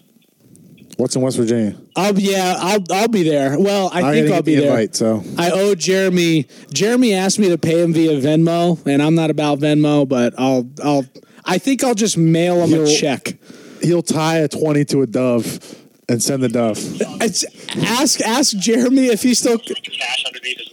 What's in West Virginia?
I'll be- yeah, I'll I'll be there. Well, I,
I
think
gotta
I'll
get
be
the
there.
invite, so.
I owe Jeremy. Jeremy asked me to pay him via Venmo, and I'm not about Venmo, but I'll I'll I think I'll just mail him a
You'll-
check.
He'll tie a twenty to a dove and send the dove.
It's, ask ask Jeremy if he still
With the cash underneath his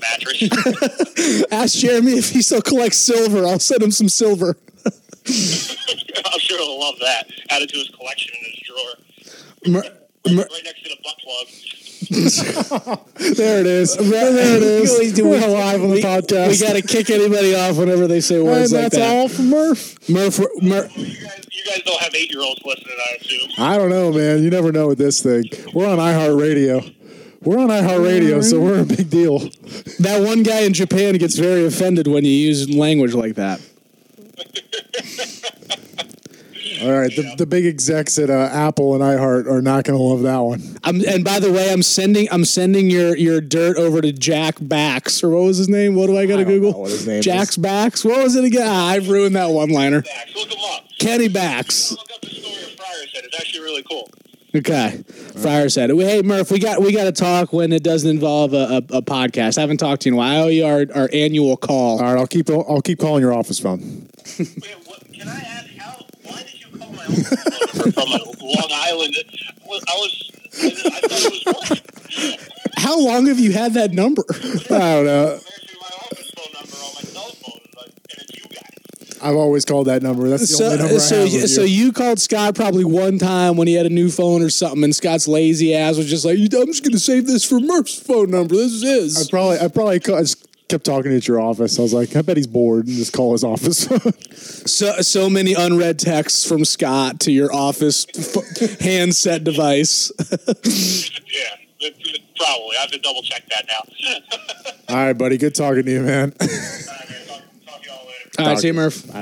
mattress.
ask Jeremy if he still collects silver. I'll send him some silver.
I'm sure he'll love that. Added to his collection in his drawer.
Mer- mer-
right next to the butt plug.
There it is. there it is.
We- we-
We're live on the
we-
podcast.
We gotta kick anybody off whenever they say
and
words
that's
like that.
all for Murph.
Murph, Murph,
You guys, you guys don't have eight year olds listening, I assume.
I don't know, man. You never know with this thing. We're on iHeartRadio. We're on iHeartRadio, so we're a big deal.
that one guy in Japan gets very offended when you use language like that.
All right, the, the big execs at uh, Apple and iHeart are not going to love that one.
I'm, and by the way, I'm sending I'm sending your your dirt over to Jack Backs or what was his name? What do I got to
don't
Google?
know what his name
Jack's Backs. What was it again? Ah, I've ruined that one liner.
Facts. Look them up.
Kenny Backs.
Look up the story of Fryer said. It's actually really cool.
Okay. Fryer said, "Hey Murph, we got we got to talk when it doesn't involve a, a, a podcast. I haven't talked to you in a while. I owe you our, our annual call.
All right, I'll keep I'll keep calling your office phone.
Wait, what, can I ask how? Why did you call my own phone number from a Long Island? Well, I was. I thought it was working.
How long have you had that number?
I don't know.
Actually, my office phone number on my cell phone, like, and it's you guys.
I've always called that number. That's the only number I
So, so,
have with
you. so
you.
you called Scott probably one time when he had a new phone or something, and Scott's lazy ass was just like, "I'm just gonna save this for Murph's phone number. This is his."
I probably I probably ca- I just kept talking at your office. I was like, I bet he's bored, and just call his office. phone.
So so many unread texts from Scott to your office f- handset device.
Yeah, it, it, probably. I have to double check that now.
All right, buddy. Good talking to you, man.
All right, man, talk, talk to y'all later.
All right, see you, Murph.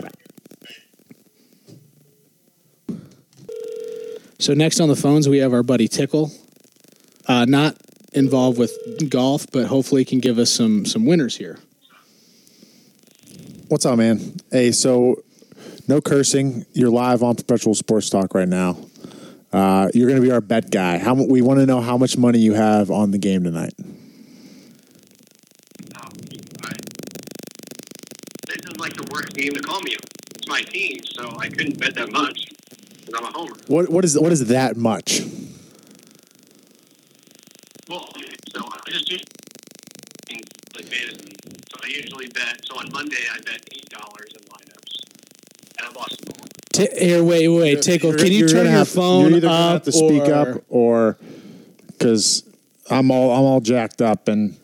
So next on the phones we have our buddy Tickle, uh, not involved with golf, but hopefully can give us some some winners here.
What's up, man? Hey, so no cursing. You're live on Perpetual Sports Talk right now. Uh, you're going to be our bet guy. How mu- we want to know how much money you have on the game tonight.
This is like the worst game to call me. on. It's my team, so I couldn't bet that much because I'm a homer.
What what is what is that much?
Well, so I just do things like fantasy. So I usually bet. So on Monday, I bet eight dollars in lineups, and I lost them all.
T- here, wait, wait, Tickle,
You're-
can you
you're
turn
gonna
your
have to-
phone
You're either gonna
up
have to speak
or-
up or because I'm all I'm all jacked up and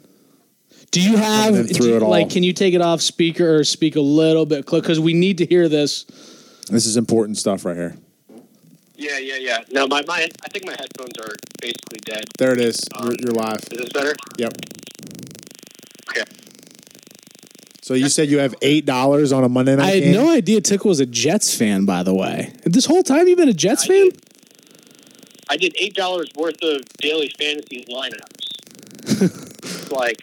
Do you have
then through
do you-
it all.
like? Can you take it off speaker or speak a little bit closer? Because we need to hear this.
this is important stuff right here.
Yeah, yeah, yeah. No, my, my I think my headphones are basically dead.
There it is. You're, you're live.
Is this better?
Yep.
Okay.
So you said you have eight dollars on a Monday night.
I had
game?
no idea Tickle was a Jets fan, by the way. This whole time you've been a Jets fan?
I did eight dollars worth of daily fantasy lineups. like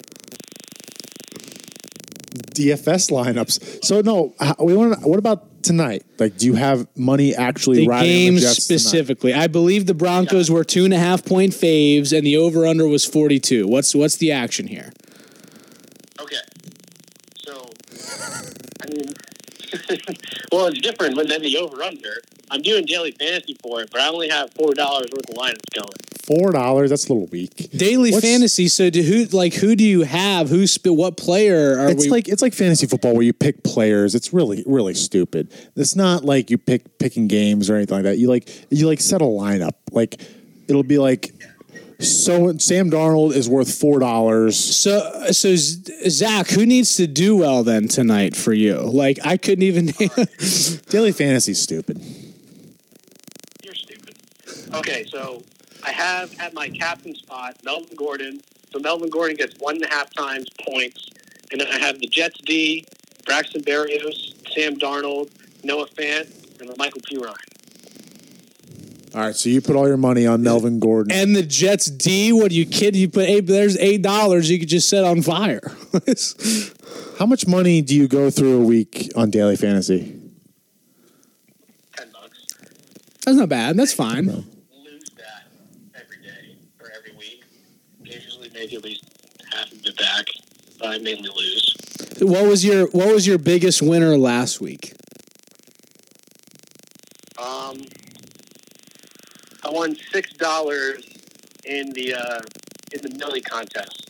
DFS lineups. So no, h- we want. What about tonight? Like, do you have money actually
The
riding
game
the Jets tonight?
specifically. I believe the Broncos were two and a half point faves and the over under was 42. What's what's the action here?
Okay. So, I mean, well, it's different when then the over under. I'm doing daily fantasy for it, but I only have four dollars worth of lineups going.
Four dollars. That's a little weak.
Daily
What's-
fantasy. So do who like who do you have? Who's sp- what player are
It's
we?
like it's like fantasy football where you pick players. It's really really stupid. It's not like you pick picking games or anything like that. You like you like set a lineup. Like it'll be like so Sam Darnold is worth four dollars.
so so Z- Zach, who needs to do well then tonight for you? Like I couldn't even.
Daily fantasy's stupid.
You're stupid. Okay, so I have at my captain spot Melvin Gordon. So Melvin Gordon gets one and a half times points, and then I have the Jets D, Braxton Berrios, Sam Darnold, Noah Fant, and Michael P Ryan.
All right, so you put all your money on Melvin Gordon.
and the Jets D. What are you kidding? You put eight. There's eight dollars. You could just set on fire.
How much money do you go through a week on daily fantasy?
Ten bucks.
That's not bad. That's fine.
Lose that every
make at least half of it back. I mainly lose.
What was your What was your biggest winner last week?
Um, I won six dollars in the uh, in the millie contest.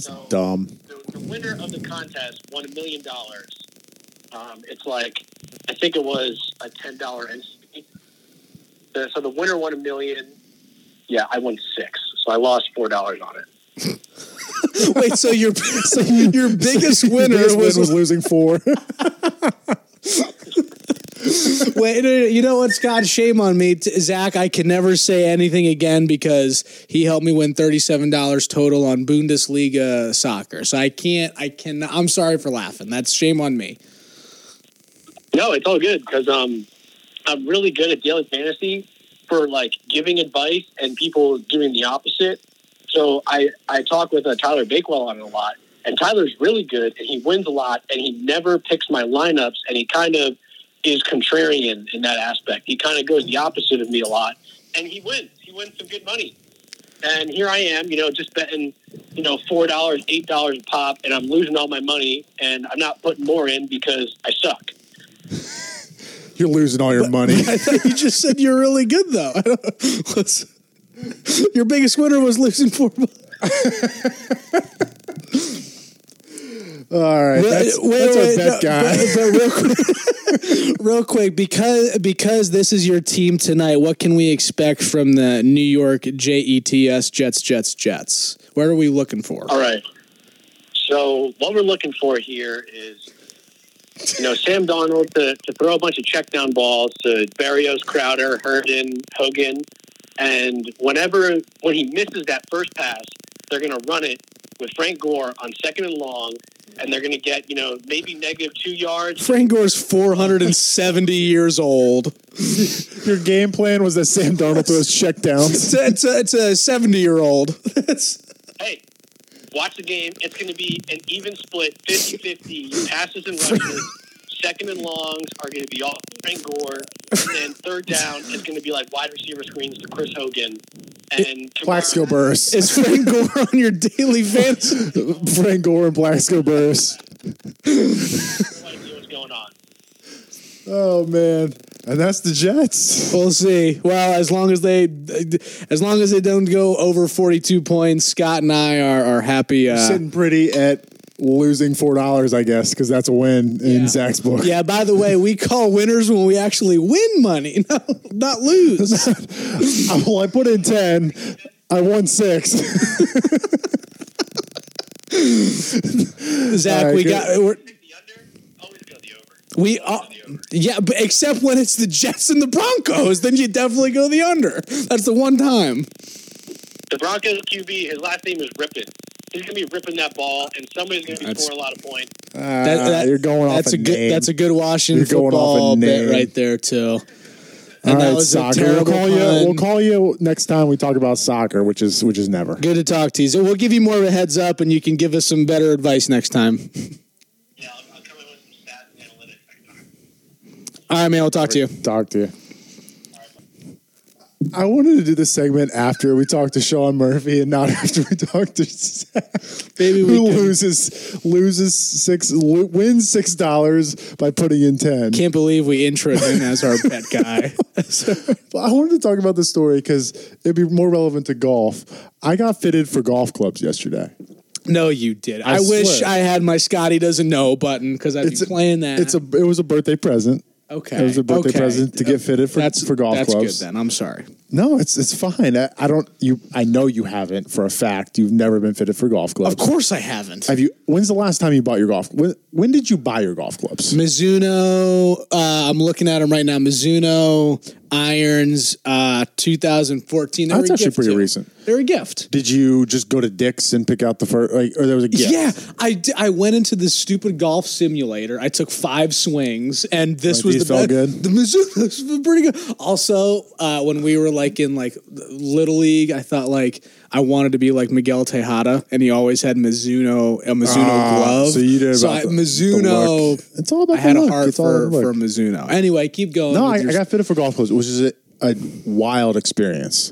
So
Dumb.
the, the winner of the contest won a million dollars. Um, it's like I think it was a ten dollar entry. The- So the winner won a million. Yeah, I won six, so I lost four dollars on it.
Wait, so your so your biggest winner
Biggest win
was,
was losing four.
wait. no, no, You know what, Scott? Shame on me, T- Zach. I can never say anything again because he helped me win thirty seven dollars total on Bundesliga soccer. So I can't. I can. I'm sorry for laughing. That's shame on me.
No, it's all good because um, I'm really good at daily fantasy for like giving advice and people doing the opposite. So I I talk with uh, Tyler Bakewell on it a lot, and Tyler's really good and he wins a lot and he never picks my lineups and he kind of is contrarian in that aspect. He kind of goes the opposite of me a lot, and he wins. He wins some good money. And here I am, you know, just betting, you know, four dollars, eight dollars a pop, and I'm losing all my money, and I'm not putting more in because I suck.
You're losing all your money.
I thought you just said you're really good though. I don't- let's- your biggest winner was losing four. bu-
All right, that's, that's our bet guy.
real quick, real quick, because because this is your team tonight, what can we expect from the New York Jets, Jets, Jets, Jets? What are we looking for?
All right. So what we're looking for here is, you know, Sam Donald to, to throw a bunch of check down balls to Barrios, Crowder, Herndon, Hogan. And whenever, when he misses that first pass, they're going to run it with Frank Gore on second and long. And they're going to get, you know, maybe negative two yards.
Frank Gore's 470 years old.
Your game plan was that Sam Darnold throws check downs.
It's a, it's a, it's a 70 year old. It's-
Hey, watch the game. It's going to be an even split 50 50 passes and rushes. Second and longs are going to be all Frank Gore. And then third down is going to be like wide receiver screens to Chris Hogan. And
Plaxico Burst.
is Frank Gore on your daily fantasy?
Frank Gore and Plaxico Burst.
What was going on?
Oh man, and that's the Jets.
We'll see. Well, as long as they, as long as they don't go over forty-two points, Scott and I are are happy. Uh,
Sitting pretty at losing four dollars, I guess, because that's a win in Zach's book.
yeah. By the way, we call winners when we actually win money, no, not lose.
Well, I put in ten. I won six.
Zach,
All right,
we
good.
got we're,
Pick the under, always go the over.
we are, yeah, but except when it's the Jets and the Broncos, then you definitely go the under. That's the one time.
The Broncos QB, his last name is Rippin. He's going to be ripping that ball, and somebody's going to be scoring a lot of points.
That- that-
Ah, you're going off.
That's a,
a
good.
name.
That's a good Washington
You're going off a
football bet
name.
right there too.
All
And that
right,
was a
soccer. We'll
terrible
call you. We'll
pun.
call you next time we talk about soccer, which is which is never.
Good to talk to you. So we'll give you more of a heads up, and you can give us some better advice next time.
Yeah, I'll, I'll come in with some stats and analytics next time.
All right, man. We'll talk to you.
Talk to you. I wanted to do this segment after we talked to Sean Murphy and not after we talked to Zach,
Maybe we
who
can-
loses loses six lo- wins six dollars by putting in ten.
can't believe we intro him as our pet guy.
But I wanted to talk about this story because it'd be more relevant to golf. I got fitted for golf clubs yesterday.
Uh-huh. no, you did. I,
I
wish
swear.
I had my Scotty doesn't know button because I'd be playing that.
It's a it was a birthday present.
okay.
It was a birthday
okay.
present to get fitted for
that's
for golf
that's
clubs.
good then. I'm sorry.
No, it's it's fine. I, I don't you. I know you haven't for a fact. You've never been fitted for golf clubs.
Of course I haven't.
Have you? When's the last time you bought your golf? When, when did you buy your golf clubs?
Mizuno, uh, I'm looking at him right now. Mizuno irons, uh, 2014. They
That's
were a
actually
gift
pretty
to-
recent.
They're a gift.
Did you just go to Dick's and pick out the first? Like, or there was a gift?
Yeah, I, d- I went into this stupid golf simulator. I took five swings, and this
Like,
was
these
the
felt
be-
good?
The Mizuno's were pretty good. Also, uh, when we were like in like little league, I thought like I wanted to be like Miguel Tejada, and he always had Mizuno a Mizuno
Ah,
glove.
So you did.
So
about
I,
the- the
Mizuno.
look. It's all about.
I had
the
a
look.
heart
It's all
for
about the
for
look.
Mizuno. Anyway, keep going.
No, I,
with
I
your-
got fitted for golf clubs, which is a, a wild experience.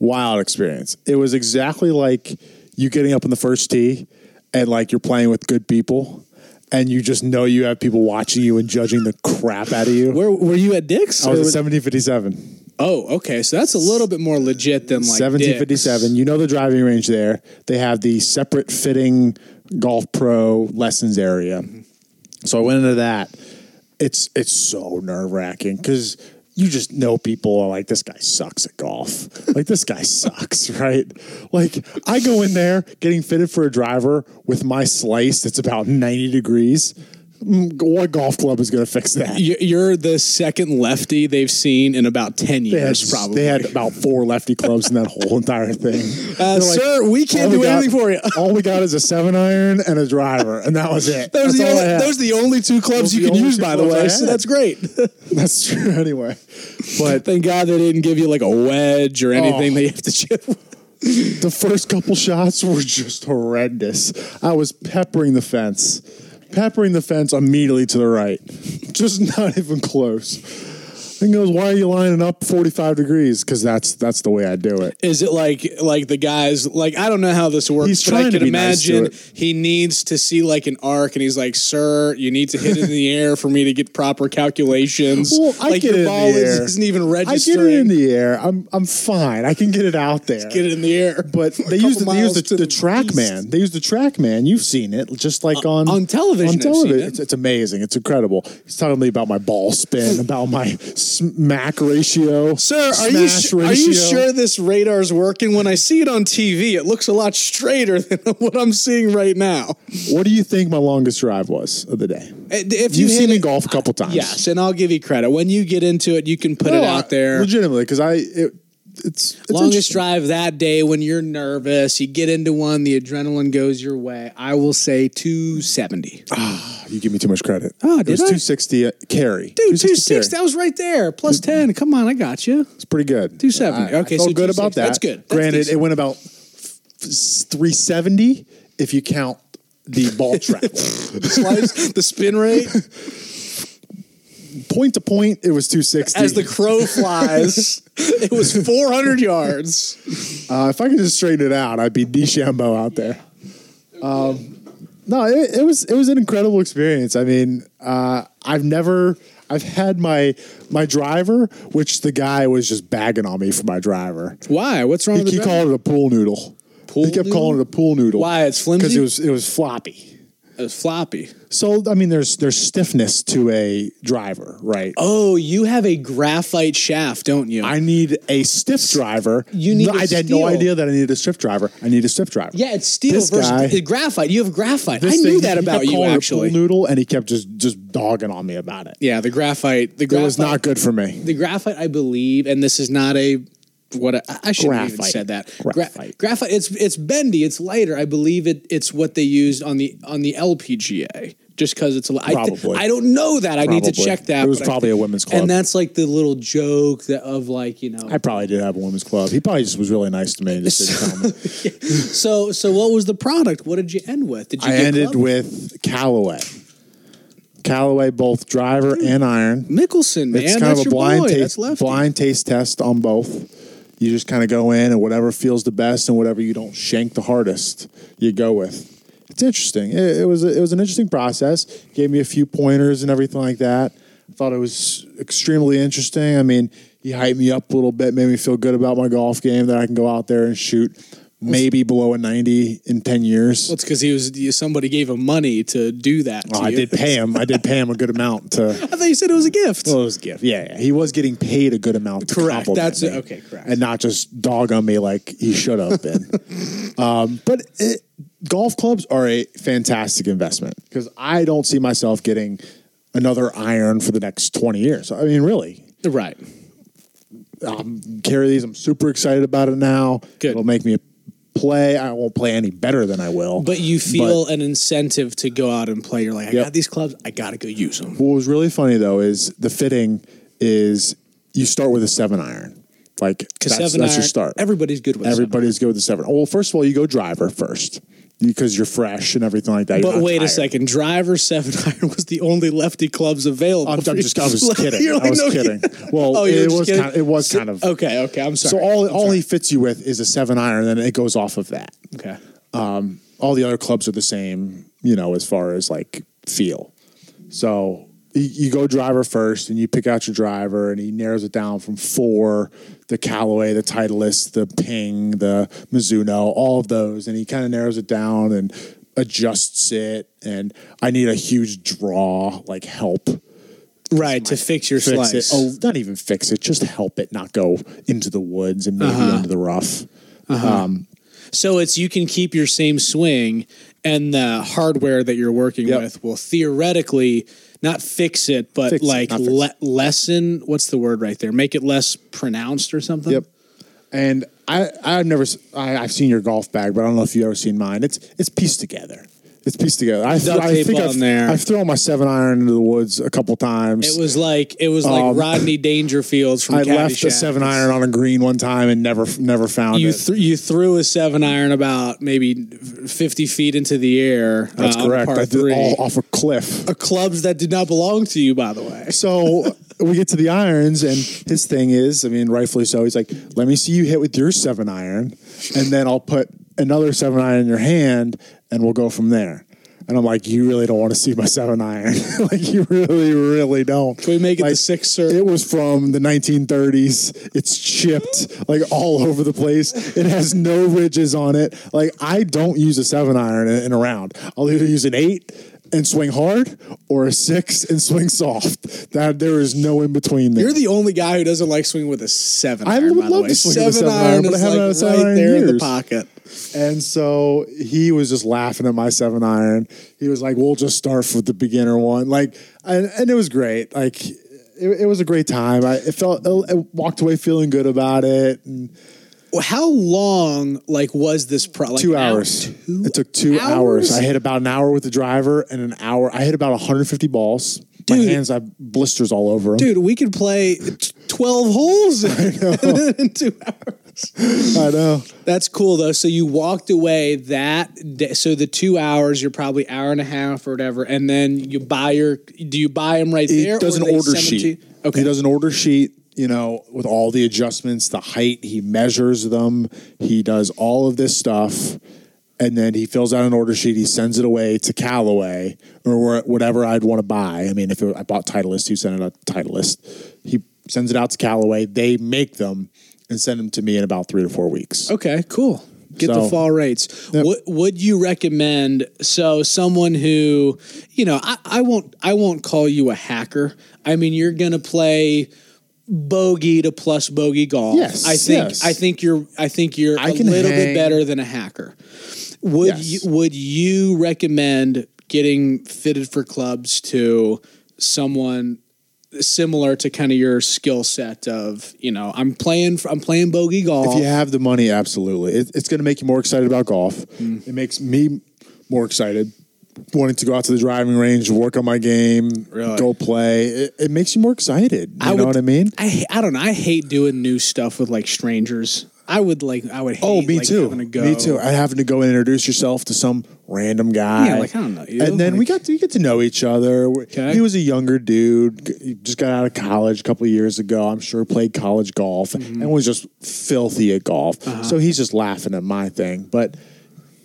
Wild experience. It was exactly like you getting up on the first tee and like you're playing with good people and you just know you have people watching you and judging the crap out of you.
Where were you at Dick's?
I was
Or-
at 1757.
oh, okay. So that's a little bit more legit than like
Seventeen fifty seven.
Dick's.
You know the driving range there. They have the separate fitting golf pro lessons area.
Mm-hmm.
So I went into that. It's it's so nerve wracking because you just know people are like, this guy sucks at golf. like this guy sucks, right? Like I go in there getting fitted for a driver with my slice that's about ninety degrees. Mm, What golf club is going to fix that?
You- You're the second lefty they've seen in about ten
They had,
years, probably.
they had about four lefty clubs in that whole entire thing.
uh,
They're like,
sir, we
all
can't
we
do
got-
anything for you.
all we got is a seven iron and a driver, and that was it.
Those
that's,
are, the
all I
only,
had.
those are the only two clubs
Those are
you
the
can
only
use,
two
by the
clubs I
way. So
had.
that's great.
that's true anyway. But
Thank God they didn't give you like a wedge or anything
Oh.
that you have to chip. with.
the first couple shots were just horrendous. I was peppering the fence, peppering the fence immediately to the right, just not even close. And goes, why are you lining up forty five degrees? Because that's that's the way I do it.
Is it like like the guys like I don't know how this works,
He's
but I
trying
can
to be nice to
imagine
it.
he needs to see like an arc, and he's like, "Sir, you need to hit it in the air for me to get proper calculations."
Well, I
like
get
your
it in
ball
the
is,
air.
isn't even
I
registering.
get it in the air. I'm I'm fine. I can get it out there.
Get it in the air,
But they
couple
use the, they
miles
use the,
to
the,
the
track
east. Uh,
man. They use the track man. You've seen it, just like on
on television,
On
I've seen
television,
it.
it's, it's amazing. It's incredible. He's telling me about my ball spin, about my smack ratio.
Sir, are you,
smash
su- are you
ratio.
sure this radar's working? When I see it on TV, it looks a lot straighter than what I'm seeing right now. Eh,
What do you think my longest drive was of the day?
If
You've
hit
seen me
it- Uh,
golf a couple times.
yes, and I'll give you credit. When you get into it, you can put
No,
it
I-
out there.
legitimately because I it, it's, it's
Longest
interesting.
drive that day when you're nervous, you get into one, the adrenaline goes your way. I will say 270.
You give me too much credit.
Oh,
it
did
was
I?
two sixty uh, carry.
Dude,
260
260, that was right there. Plus 10. Come on, I got you.
It's pretty good.
270.
I,
Okay,
I felt
so
good about
260.
that.
That's good. That's
Granted,
decent.
it went about three seventy if you count the ball travel.
Slice, the spin rate
point to point, it was two sixty.
as the crow flies. it was 400 yards.
uh, if I could just straighten it out, I'd be DeChambeau out there. Um, no, it, it was it was an incredible experience. I mean, uh, I've never. I've had my my driver, which the guy was just bagging on me for my driver.
Why? What's wrong
He, he called it a pool noodle.
Pool
he kept
noodle?
calling it a pool noodle.
Why? It's flimsy?
Because it was it was floppy.
It was floppy.
So I mean, there's there's stiffness to a driver, right?
Oh, you have a graphite shaft, don't you?
I need a stiff driver.
You need
No,
a
I had no
steel.
idea that I needed a stiff driver. I need a stiff driver.
yeah, it's steel
This
versus
guy-
the graphite. You have graphite. I
This thing,
knew that
he
about
kept
you,
calling it a
actually.
pool noodle, and he kept just just dogging on me about it.
Yeah, the graphite. The
It
graphite
was not good for me.
the graphite, I believe, and this is not a what a, I- I shouldn't have even
Graphite.
said that.
Graphite.
graphite. It's it's bendy. It's lighter. I believe it. It's what they used on the on the LPGA. Just because it's a, I, thi-
Probably.
I don't know that. I need to
Probably.
check that.
It was
but I
probably
thi-
a women's club.
And that's like the little joke that of like you know.
I probably did have a women's club. He probably just was really nice to me. and Just didn't tell me.
so so what was the product? What did you end with? Did you?
I
get
ended
club?
with Callaway. Callaway, both driver
Hmm.
and iron.
Mickelson, man.
It's kind
that's
of a
your
blind
boy. That's
taste,
lefty.
blind taste test on both. You just kind of go in, and whatever feels the best, and whatever you don't shank the hardest, you go with. It's interesting. It, it was a, it was an interesting process. Gave me a few pointers and everything like that. I thought it was extremely interesting. I mean, he hyped me up a little bit, made me feel good about my golf game that I can go out there and shoot maybe below a ninety in ten years.
Well, it's because he was somebody gave him money to do that. to
Oh, I
you.
did pay him. I did pay him a good amount to.
I thought you said it was a gift.
Well, it was a gift. Yeah, yeah. he was getting paid a good amount. To
Correct.
compliment
That's it.
me.
Okay, correct.
And not just dog on me like he should have been. um, but it, golf clubs are a fantastic investment because I don't see myself getting another iron for the next twenty years. I mean, really,
right.
carry these. I'm super excited about it now.
Good.
It'll make me play. I won't play any better than I will.
But you feel an incentive to go out and play. You're like, I
Yep.
got these clubs. I gotta go use them.
What was really funny though is the fitting is you start with a seven iron. Like that's,
seven
that's your
iron-
start.
everybody's good with a seven
everybody's good with the seven. Well, first of all, you go driver first because you're fresh and everything like that. You're
But
not
wait a
tired.
second, driver seven iron was the only lefty clubs available.
I'm, I'm
for you.
just, I was
Like,
kidding.
you're
I
like,
was
no,
kidding. Well,
Oh, you were
it
just
was
kidding?
kind of, it was
So-
kind of
okay. Okay, I'm sorry.
So all
I'm
all
sorry.
he fits you with is a seven iron, and then it goes off of that.
okay.
all the other clubs are the same, you know, as far as like feel. So you, you go driver first and you pick out your driver and he narrows it down from four, the Callaway, the Titleist, the Ping, the Mizuno, all of those. And he kind of narrows it down and adjusts it. And I need a huge draw, like help.
right to fix your
Fix
slice.
it. Oh, not even fix it, just help it not go into the woods and maybe into the rough.
So it's you can keep your same swing and the hardware that you're working
Yep.
with will theoretically not fix it, but
Fix it,
like
not fix
le- lessen what's the word right there? Make it less pronounced or something.
Yep. And I, I've never, s- I, have seen your golf bag, but I don't know if you've ever seen mine. It's, it's pieced together. It's pieced together. I,
Duct
I
tape
think
on
I've,
there.
I've thrown my seven iron into the woods a couple times.
It was like it was like
Um,
Rodney Dangerfield's from
I left a
Caddyshack.
seven iron on a green one time and never, never found
You
it.
th- you threw a seven iron about maybe fifty feet into the air.
That's
uh, on a
correct.
par
I did
three.
it all off a cliff.
clubs that did not belong to you, by the way.
So we get to the irons, and his thing is, I mean, rightfully so. He's like, "Let me see you hit with your seven iron, and then I'll put another seven iron in your hand, and we'll go from there." And I'm like, "You really don't want to see my seven iron, like you really, really don't."
Can we make it
Like,
the sixth circle?
It was from the 1930s. It's chipped like all over the place. It has no ridges on it. Like I don't use a seven iron in, in a round. I'll either use an eight and swing hard, or a six and swing soft. That there is no in between there.
You're the only guy who doesn't like swinging with a seven.
I
iron,
would
by the
love
way.
to swing with a seven iron, but I
is
haven't had a seven
right
iron in
there in the
years.
pocket.
and so he was just laughing at my seven iron. He was like, "We'll just start with the beginner one." Like, and, and it was great. Like, it, it was a great time. I it felt I walked away feeling good about it. And
Well, how long like was this pro? Like,
two
an hour-
hours. it took two hours?
hours?
I hit about an hour with the driver and an hour. I hit about 150 balls. My
Dude.
hands have blisters all over them.
dude. We could play t- twelve holes in, in two hours.
I know.
That's cool though. So you walked away that day. So the two hours, you're probably hour and a half or whatever, and then you buy your. Do you buy them right
He
there? or
does an
they
order
send 'em to you?
sheet.
Okay.
He does an order sheet, you know, with all the adjustments, the height, he measures them, he does all of this stuff. And then he fills out an order sheet. He sends it away to Callaway or where- whatever I'd want to buy. I mean, if it, I bought Titleist, who sent it out to Titleist? He sends it out to Callaway. They make them and send them to me in about three to four weeks.
Okay, cool. Get
So-
the fall rates.
Yep.
What would you recommend? So someone who, you know, I, I won't I won't call you a hacker. I mean, you're gonna play bogey to plus bogey golf.
Yes,
I think
yes.
I think you're I think you're
I
a
can
little
hang.
bit better than a hacker. Would
Yes.
you, would you recommend getting fitted for clubs to someone similar to kind of your skill set of you know I'm playing I'm playing bogey golf.
If you have the money, absolutely. It, it's going to make you more excited about golf.
Mm.
It makes me more excited, wanting to go out to the driving range, work on my game,
Really?
go play. It, it makes you more excited. You know what
would-
I mean?
I ha- I don't know. I hate doing new stuff with like strangers. I would like I would. Hate,
Oh, me
like,
too.
having to go.
Me too. I having to go and introduce yourself to some random guy.
Yeah, like, I don't know you.
And then we
Like-
got to we get to know each other. We're-
Okay.
He was a younger dude, g- he just got out of college a couple of years ago. I'm sure played college golf
Mm-hmm.
and was just filthy at golf.
Uh-huh.
So he's just laughing at my thing. But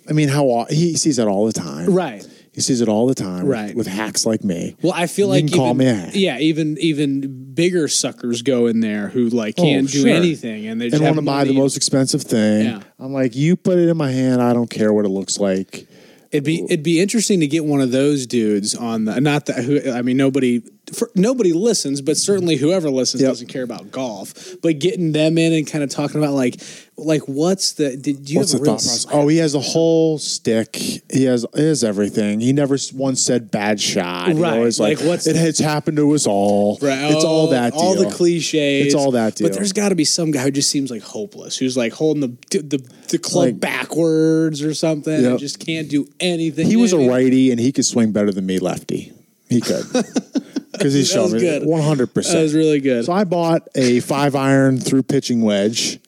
I mean, how au- he sees that all the time,
Right.
He sees it all the time, with-
Right.
With, hacks like me.
Well, I feel
You
like
can call
even,
me a hack.
yeah, even even bigger suckers go in there who like can't do
Oh, sure.
anything and they just
and
have
want to buy the
money.
most expensive thing.
Yeah.
I'm like, you put it in my hand. I don't care what it looks like.
It'd be it'd be interesting to get one of those dudes on the not that who I mean nobody for, nobody listens, but certainly whoever listens
Yep.
doesn't care about golf. But getting them in and kind of talking about like like what's the did do you
What's the
have a real
thought process?
s-
Oh, he has a whole stick. He has he has everything. He never s- once said bad shot. He
Right.
always like,
Like, what's-
it has happened to us all.
Right.
It's all
Oh,
that.
all
deal.
the cliches.
It's all that deal.
But there's got to be some guy who just seems like hopeless, who's like holding the the, the club
Like-
backwards or something,
Yep.
and just can't do anything.
He was a
Anything.
righty and he could swing better than me, lefty. He could. Because he showed
was
me
good.
one hundred
That was
percent.
really good.
So I bought a five iron through pitching wedge,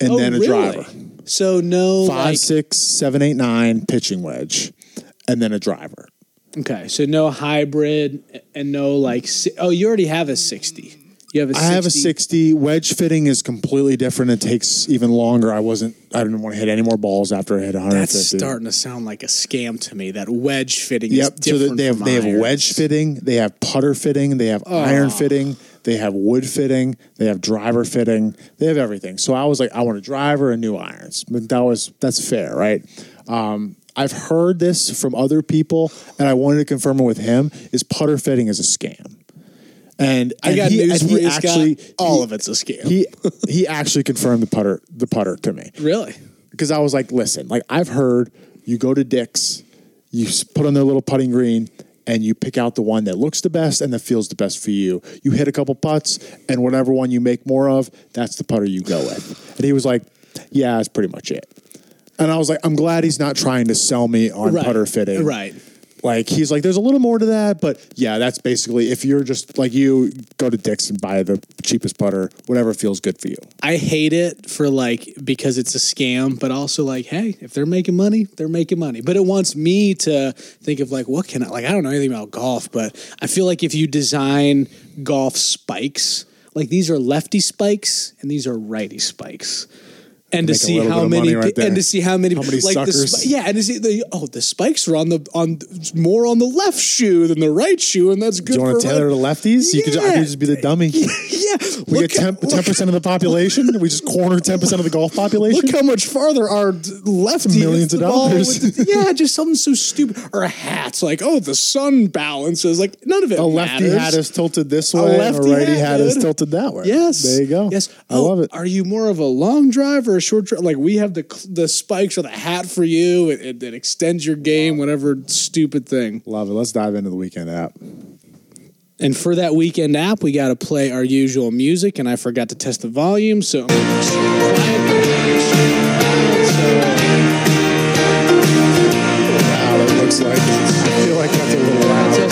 and
Oh,
then a
really?
driver.
So no
Five,
like-
six, seven, eight, nine pitching wedge, and then a driver.
okay, so no hybrid and no like. si- Oh, you already have a sixty. You have a
I have a
60
60. Wedge fitting is completely different. It takes even longer. I wasn't. I didn't want to hit any more balls after I hit 150.
That's starting to sound like a scam to me. That wedge fitting is
Yep. So
different.
they- they have
from
they have
irons. Oh.
wedge fitting, they have putter fitting, they have iron fitting, they have wood fitting, they have driver fitting, they have everything. So I was like, I want a driver and new irons. But that was that's fair, right? Um, I've heard this from other people, and I wanted to confirm it with him. Is putter fitting is a scam? And,
I
and
got
he,
news
and
for
he
you, Scott.
actually
All
he-
of it's a scam.
He he actually confirmed the putter the putter to me
really?
because I was like, listen, like I've heard you go to Dick's, you s- put on their little putting green, and you pick out the one that looks the best and that feels the best for you. You hit a couple putts, and whatever one you make more of, that's the putter you go with. And he was like, yeah, that's pretty much it. And I was like, I'm glad he's not trying to sell me on
Right.
putter fitting.
Right.
Like he's like, there's a little more to that, but yeah, that's basically if you're just like you go to Dick's and buy the cheapest putter, whatever feels good for you.
I hate it for like because it's a scam, but also like, hey, if they're making money, they're making money. But it wants me to think of like, what can I like? I don't know anything about golf, but I feel like if you design golf spikes, like these are lefty spikes and these are righty spikes. And to
Make a
see
little bit
how
of
many,
money right
pe-
there.
and to see how many,
How many
like the
suckers.
spi- yeah, and to see the oh, the spikes are on the on more on the left shoe than the right shoe, and that's
Do
good.
you want
for
to tailor to lefties? You could just, I
Yeah.
could just be the dummy.
Yeah,
We
look
get
at-
10, percent of the population. We just corner 10% of the golf population.
Look how much farther our d- lefty hits
Millions
the
of
ball
dollars.
with the- yeah, just something so stupid. Or a hat's like, oh, the sun balances. Like none of it.
a lefty
matters.
hat is tilted this way, and a
lefty
righty
hat,
hat, is
dude.
tilted that way.
Yes.
There you go.
Yes. Oh,
I love it.
Are you more of a long drive or a short drive? Like we have the cl- the spikes or the hat for you. It, it, it extends your game, whatever stupid thing.
Love it. Let's dive into the weekend app.
And for that weekend app, we got to play our usual music, and I forgot to test the volume, so.
Wow, that looks like. I feel like that's a little loud.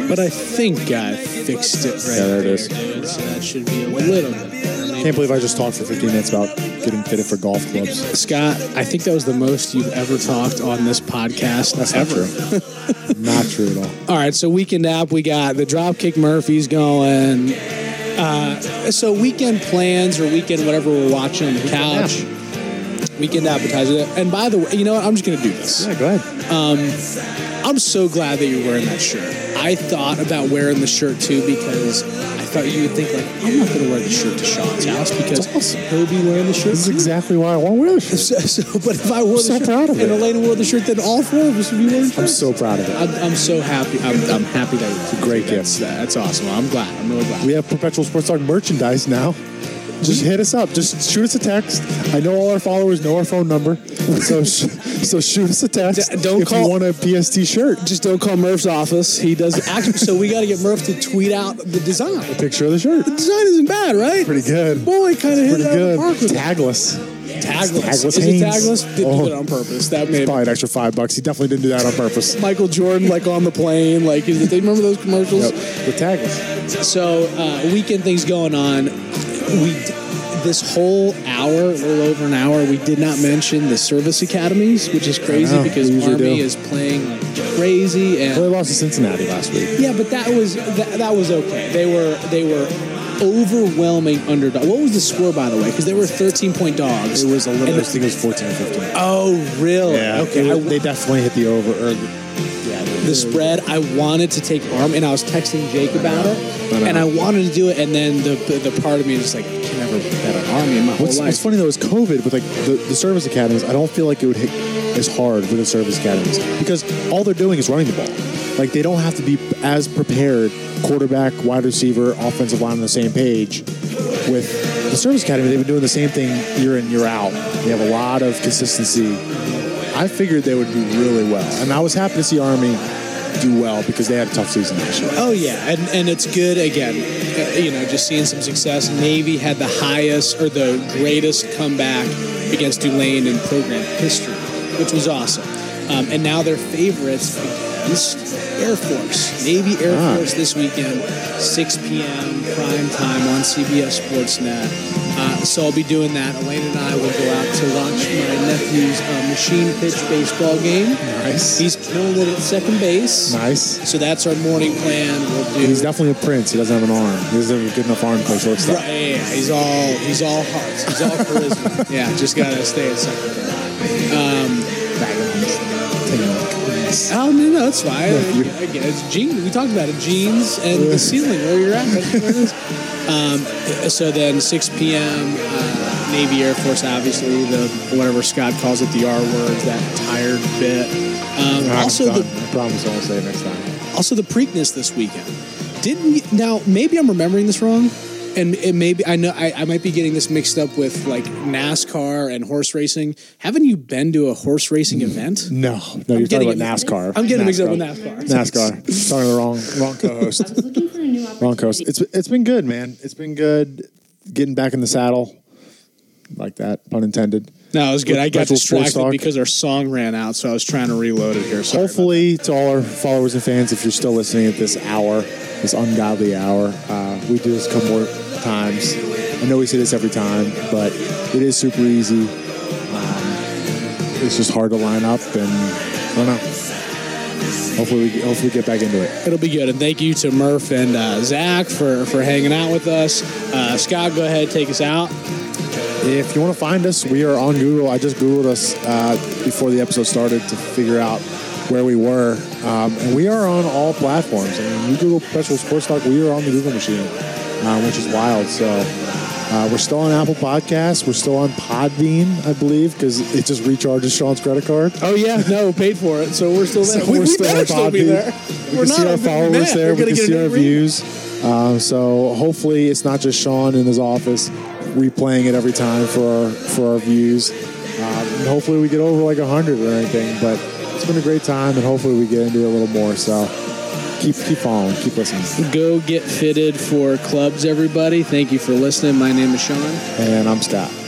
They're talking.
But I think I fixed it right
Yeah, there
there.
it is.
dude. So that should be a little bit better. Maybe-
Can't believe I just talked for 15 minutes about getting fitted for golf clubs.
Scott, I think that was the most you've ever talked on this podcast
That's not
ever.
true. not true at all.
All right, so weekend app, we got the Dropkick Murphys going. Uh, so weekend plans or weekend whatever we're watching on the couch. Weekend appetizer. And by the way, you know what? I'm just going to do this.
go ahead.
I'm so glad that you're wearing that shirt. I thought about wearing the shirt too because I thought you would think like I'm not going to wear the shirt to Sean's house because he'll be wearing the shirt.
This is exactly why I want to wear this.
So, so- but if I wore the
so
shirt
proud of
and
it.
Elena wore the shirt, then all four of us would be wearing shirts.
I'm so proud of it.
I'm, I'm so happy. I'm, I'm happy that it's a
great
That's,
gift.
that- that's awesome. I'm glad. I'm really glad.
We have Perpetual Sports Talk merchandise now. Just hit us up. Just shoot us a text. I know all our followers know our phone number, so sh- so shoot us a text.
D- don't
if
call-
you want a PST shirt.
just don't call Murph's office. He does. Actually, so we got to get Murph to tweet out the design.
Picture of the shirt.
The design isn't bad, right?
Pretty good.
Boy, kind of
Pretty
hit it out of the
good.
park with that.
Tagless.
tagless.
Tagless
Is it
Hanes.
tagless? Didn't
Oh.
do it on purpose. That made
Probably an extra five bucks. He definitely didn't do that on purpose.
Michael Jordan like on the plane. Like, is it, they remember those commercials?
Yep. With tagless.
So uh, weekend things going on. We this whole hour, a little over an hour, we did not mention the service academies, which is crazy
know,
because
we usually
Army
do.
is playing like crazy and
Well, they lost to Cincinnati last week.
yeah, but that was that, that was okay. They were they were overwhelming underdog. What was the score by the way? Because they were thirteen point dogs.
It was a little.
And-
I think it was 14 or 15.
Oh really? Okay.
It
I-
was- they definitely hit the over. Or the,
the spread. I wanted to take arm, and I was texting Jake about it,
I know.
and I wanted to do it, and then the the part of me is like, I can never bet on army in my whole
What's,
life.
what's funny though is COVID with like the, the service academies. I don't feel like it would hit as hard with the service academies because all they're doing is running the ball. Like they don't have to be as prepared quarterback, wide receiver, offensive line on the same page. With the service academy, they've been doing the same thing year in year out. They have a lot of consistency. I figured they would do really well, and I was happy to see Army do well because they had a tough season last year.
Oh yeah, and and it's good again. uh, You know, just seeing some success. Navy had the highest or the greatest comeback against Tulane in program history, which was awesome. Um, and now they're favorites this Air Force, Navy Air
Ah.
Force this weekend, 6 p.m. prime time on CBS Sportsnet. Uh, so I'll be doing that. Elaine and I will go out to watch my nephew's uh, machine pitch baseball game.
Nice.
He's killing it at second base.
Nice.
So that's our morning plan. We'll do.
He's definitely a prince. He doesn't have an arm. He doesn't have a good enough arm to play shortstop.
Right, yeah, yeah, he's all he's all hearts. He's all charisma. yeah, just gotta stay at second. Um, oh no, no, that's fine. I, I get it. It's jeans. We talked about it. Jeans and the ceiling where you're at. That's where it is. Um, so then 6 p.m. Uh, Navy Air Force, obviously the whatever Scott calls it, the R words, that tired bit. Um,
I'm
also the
done. I promise I'll say it next time.
also the Preakness this weekend. Did we now? Maybe I'm remembering this wrong, and it maybe I know I, I might be getting this mixed up with like NASCAR and horse racing. Haven't you been to a horse racing event?
No, no, you're talking
getting
about
it-
NASCAR.
I'm getting mixed up with NASCAR.
NASCAR. talking to the wrong, wrong co-host.
I was looking for a new opportunity.
Wrong coast. It's it's been good, man. It's been good getting back in the saddle, like that, pun intended.
No, it was good. I got
Virtual sports
distracted
talk.
because our song ran out, so I was trying to reload it here. Sorry about
Hopefully, to all our followers and fans, if you're still listening at this hour, this ungodly hour, uh, we do this a couple more times. I know we say this every time, but it is super easy. Um, it's just hard to line up, and I don't know. Hopefully, we hopefully we get back into it.
that. it'll be good. And thank you to Murph and uh, Zach for for hanging out with us. Uh, Scott, go ahead, take us out.
If you want to find us, we are on Google. I just Googled us uh, before the episode started to figure out where we were. Um, and we are on all platforms. I mean, you Google Perpetual Sports Talk, we are on the Google machine, uh, which is wild. So uh, we're still on Apple Podcasts. We're still on Podbean, I believe, because it just recharges Sean's credit card.
Oh yeah, no, paid for it, so we're still there.
So we're still on Podbean. We can see our followers there. We can see our views. Um, so hopefully, it's not just Sean in his office replaying it every time for our, for our views. Um, and hopefully, we get over like hundred or anything. But it's been a great time, and hopefully, we get into it a little more. So keep keep following, keep listening.
Go get fitted for clubs, everybody. Thank you for listening. My name is Sean.
And I'm Scott.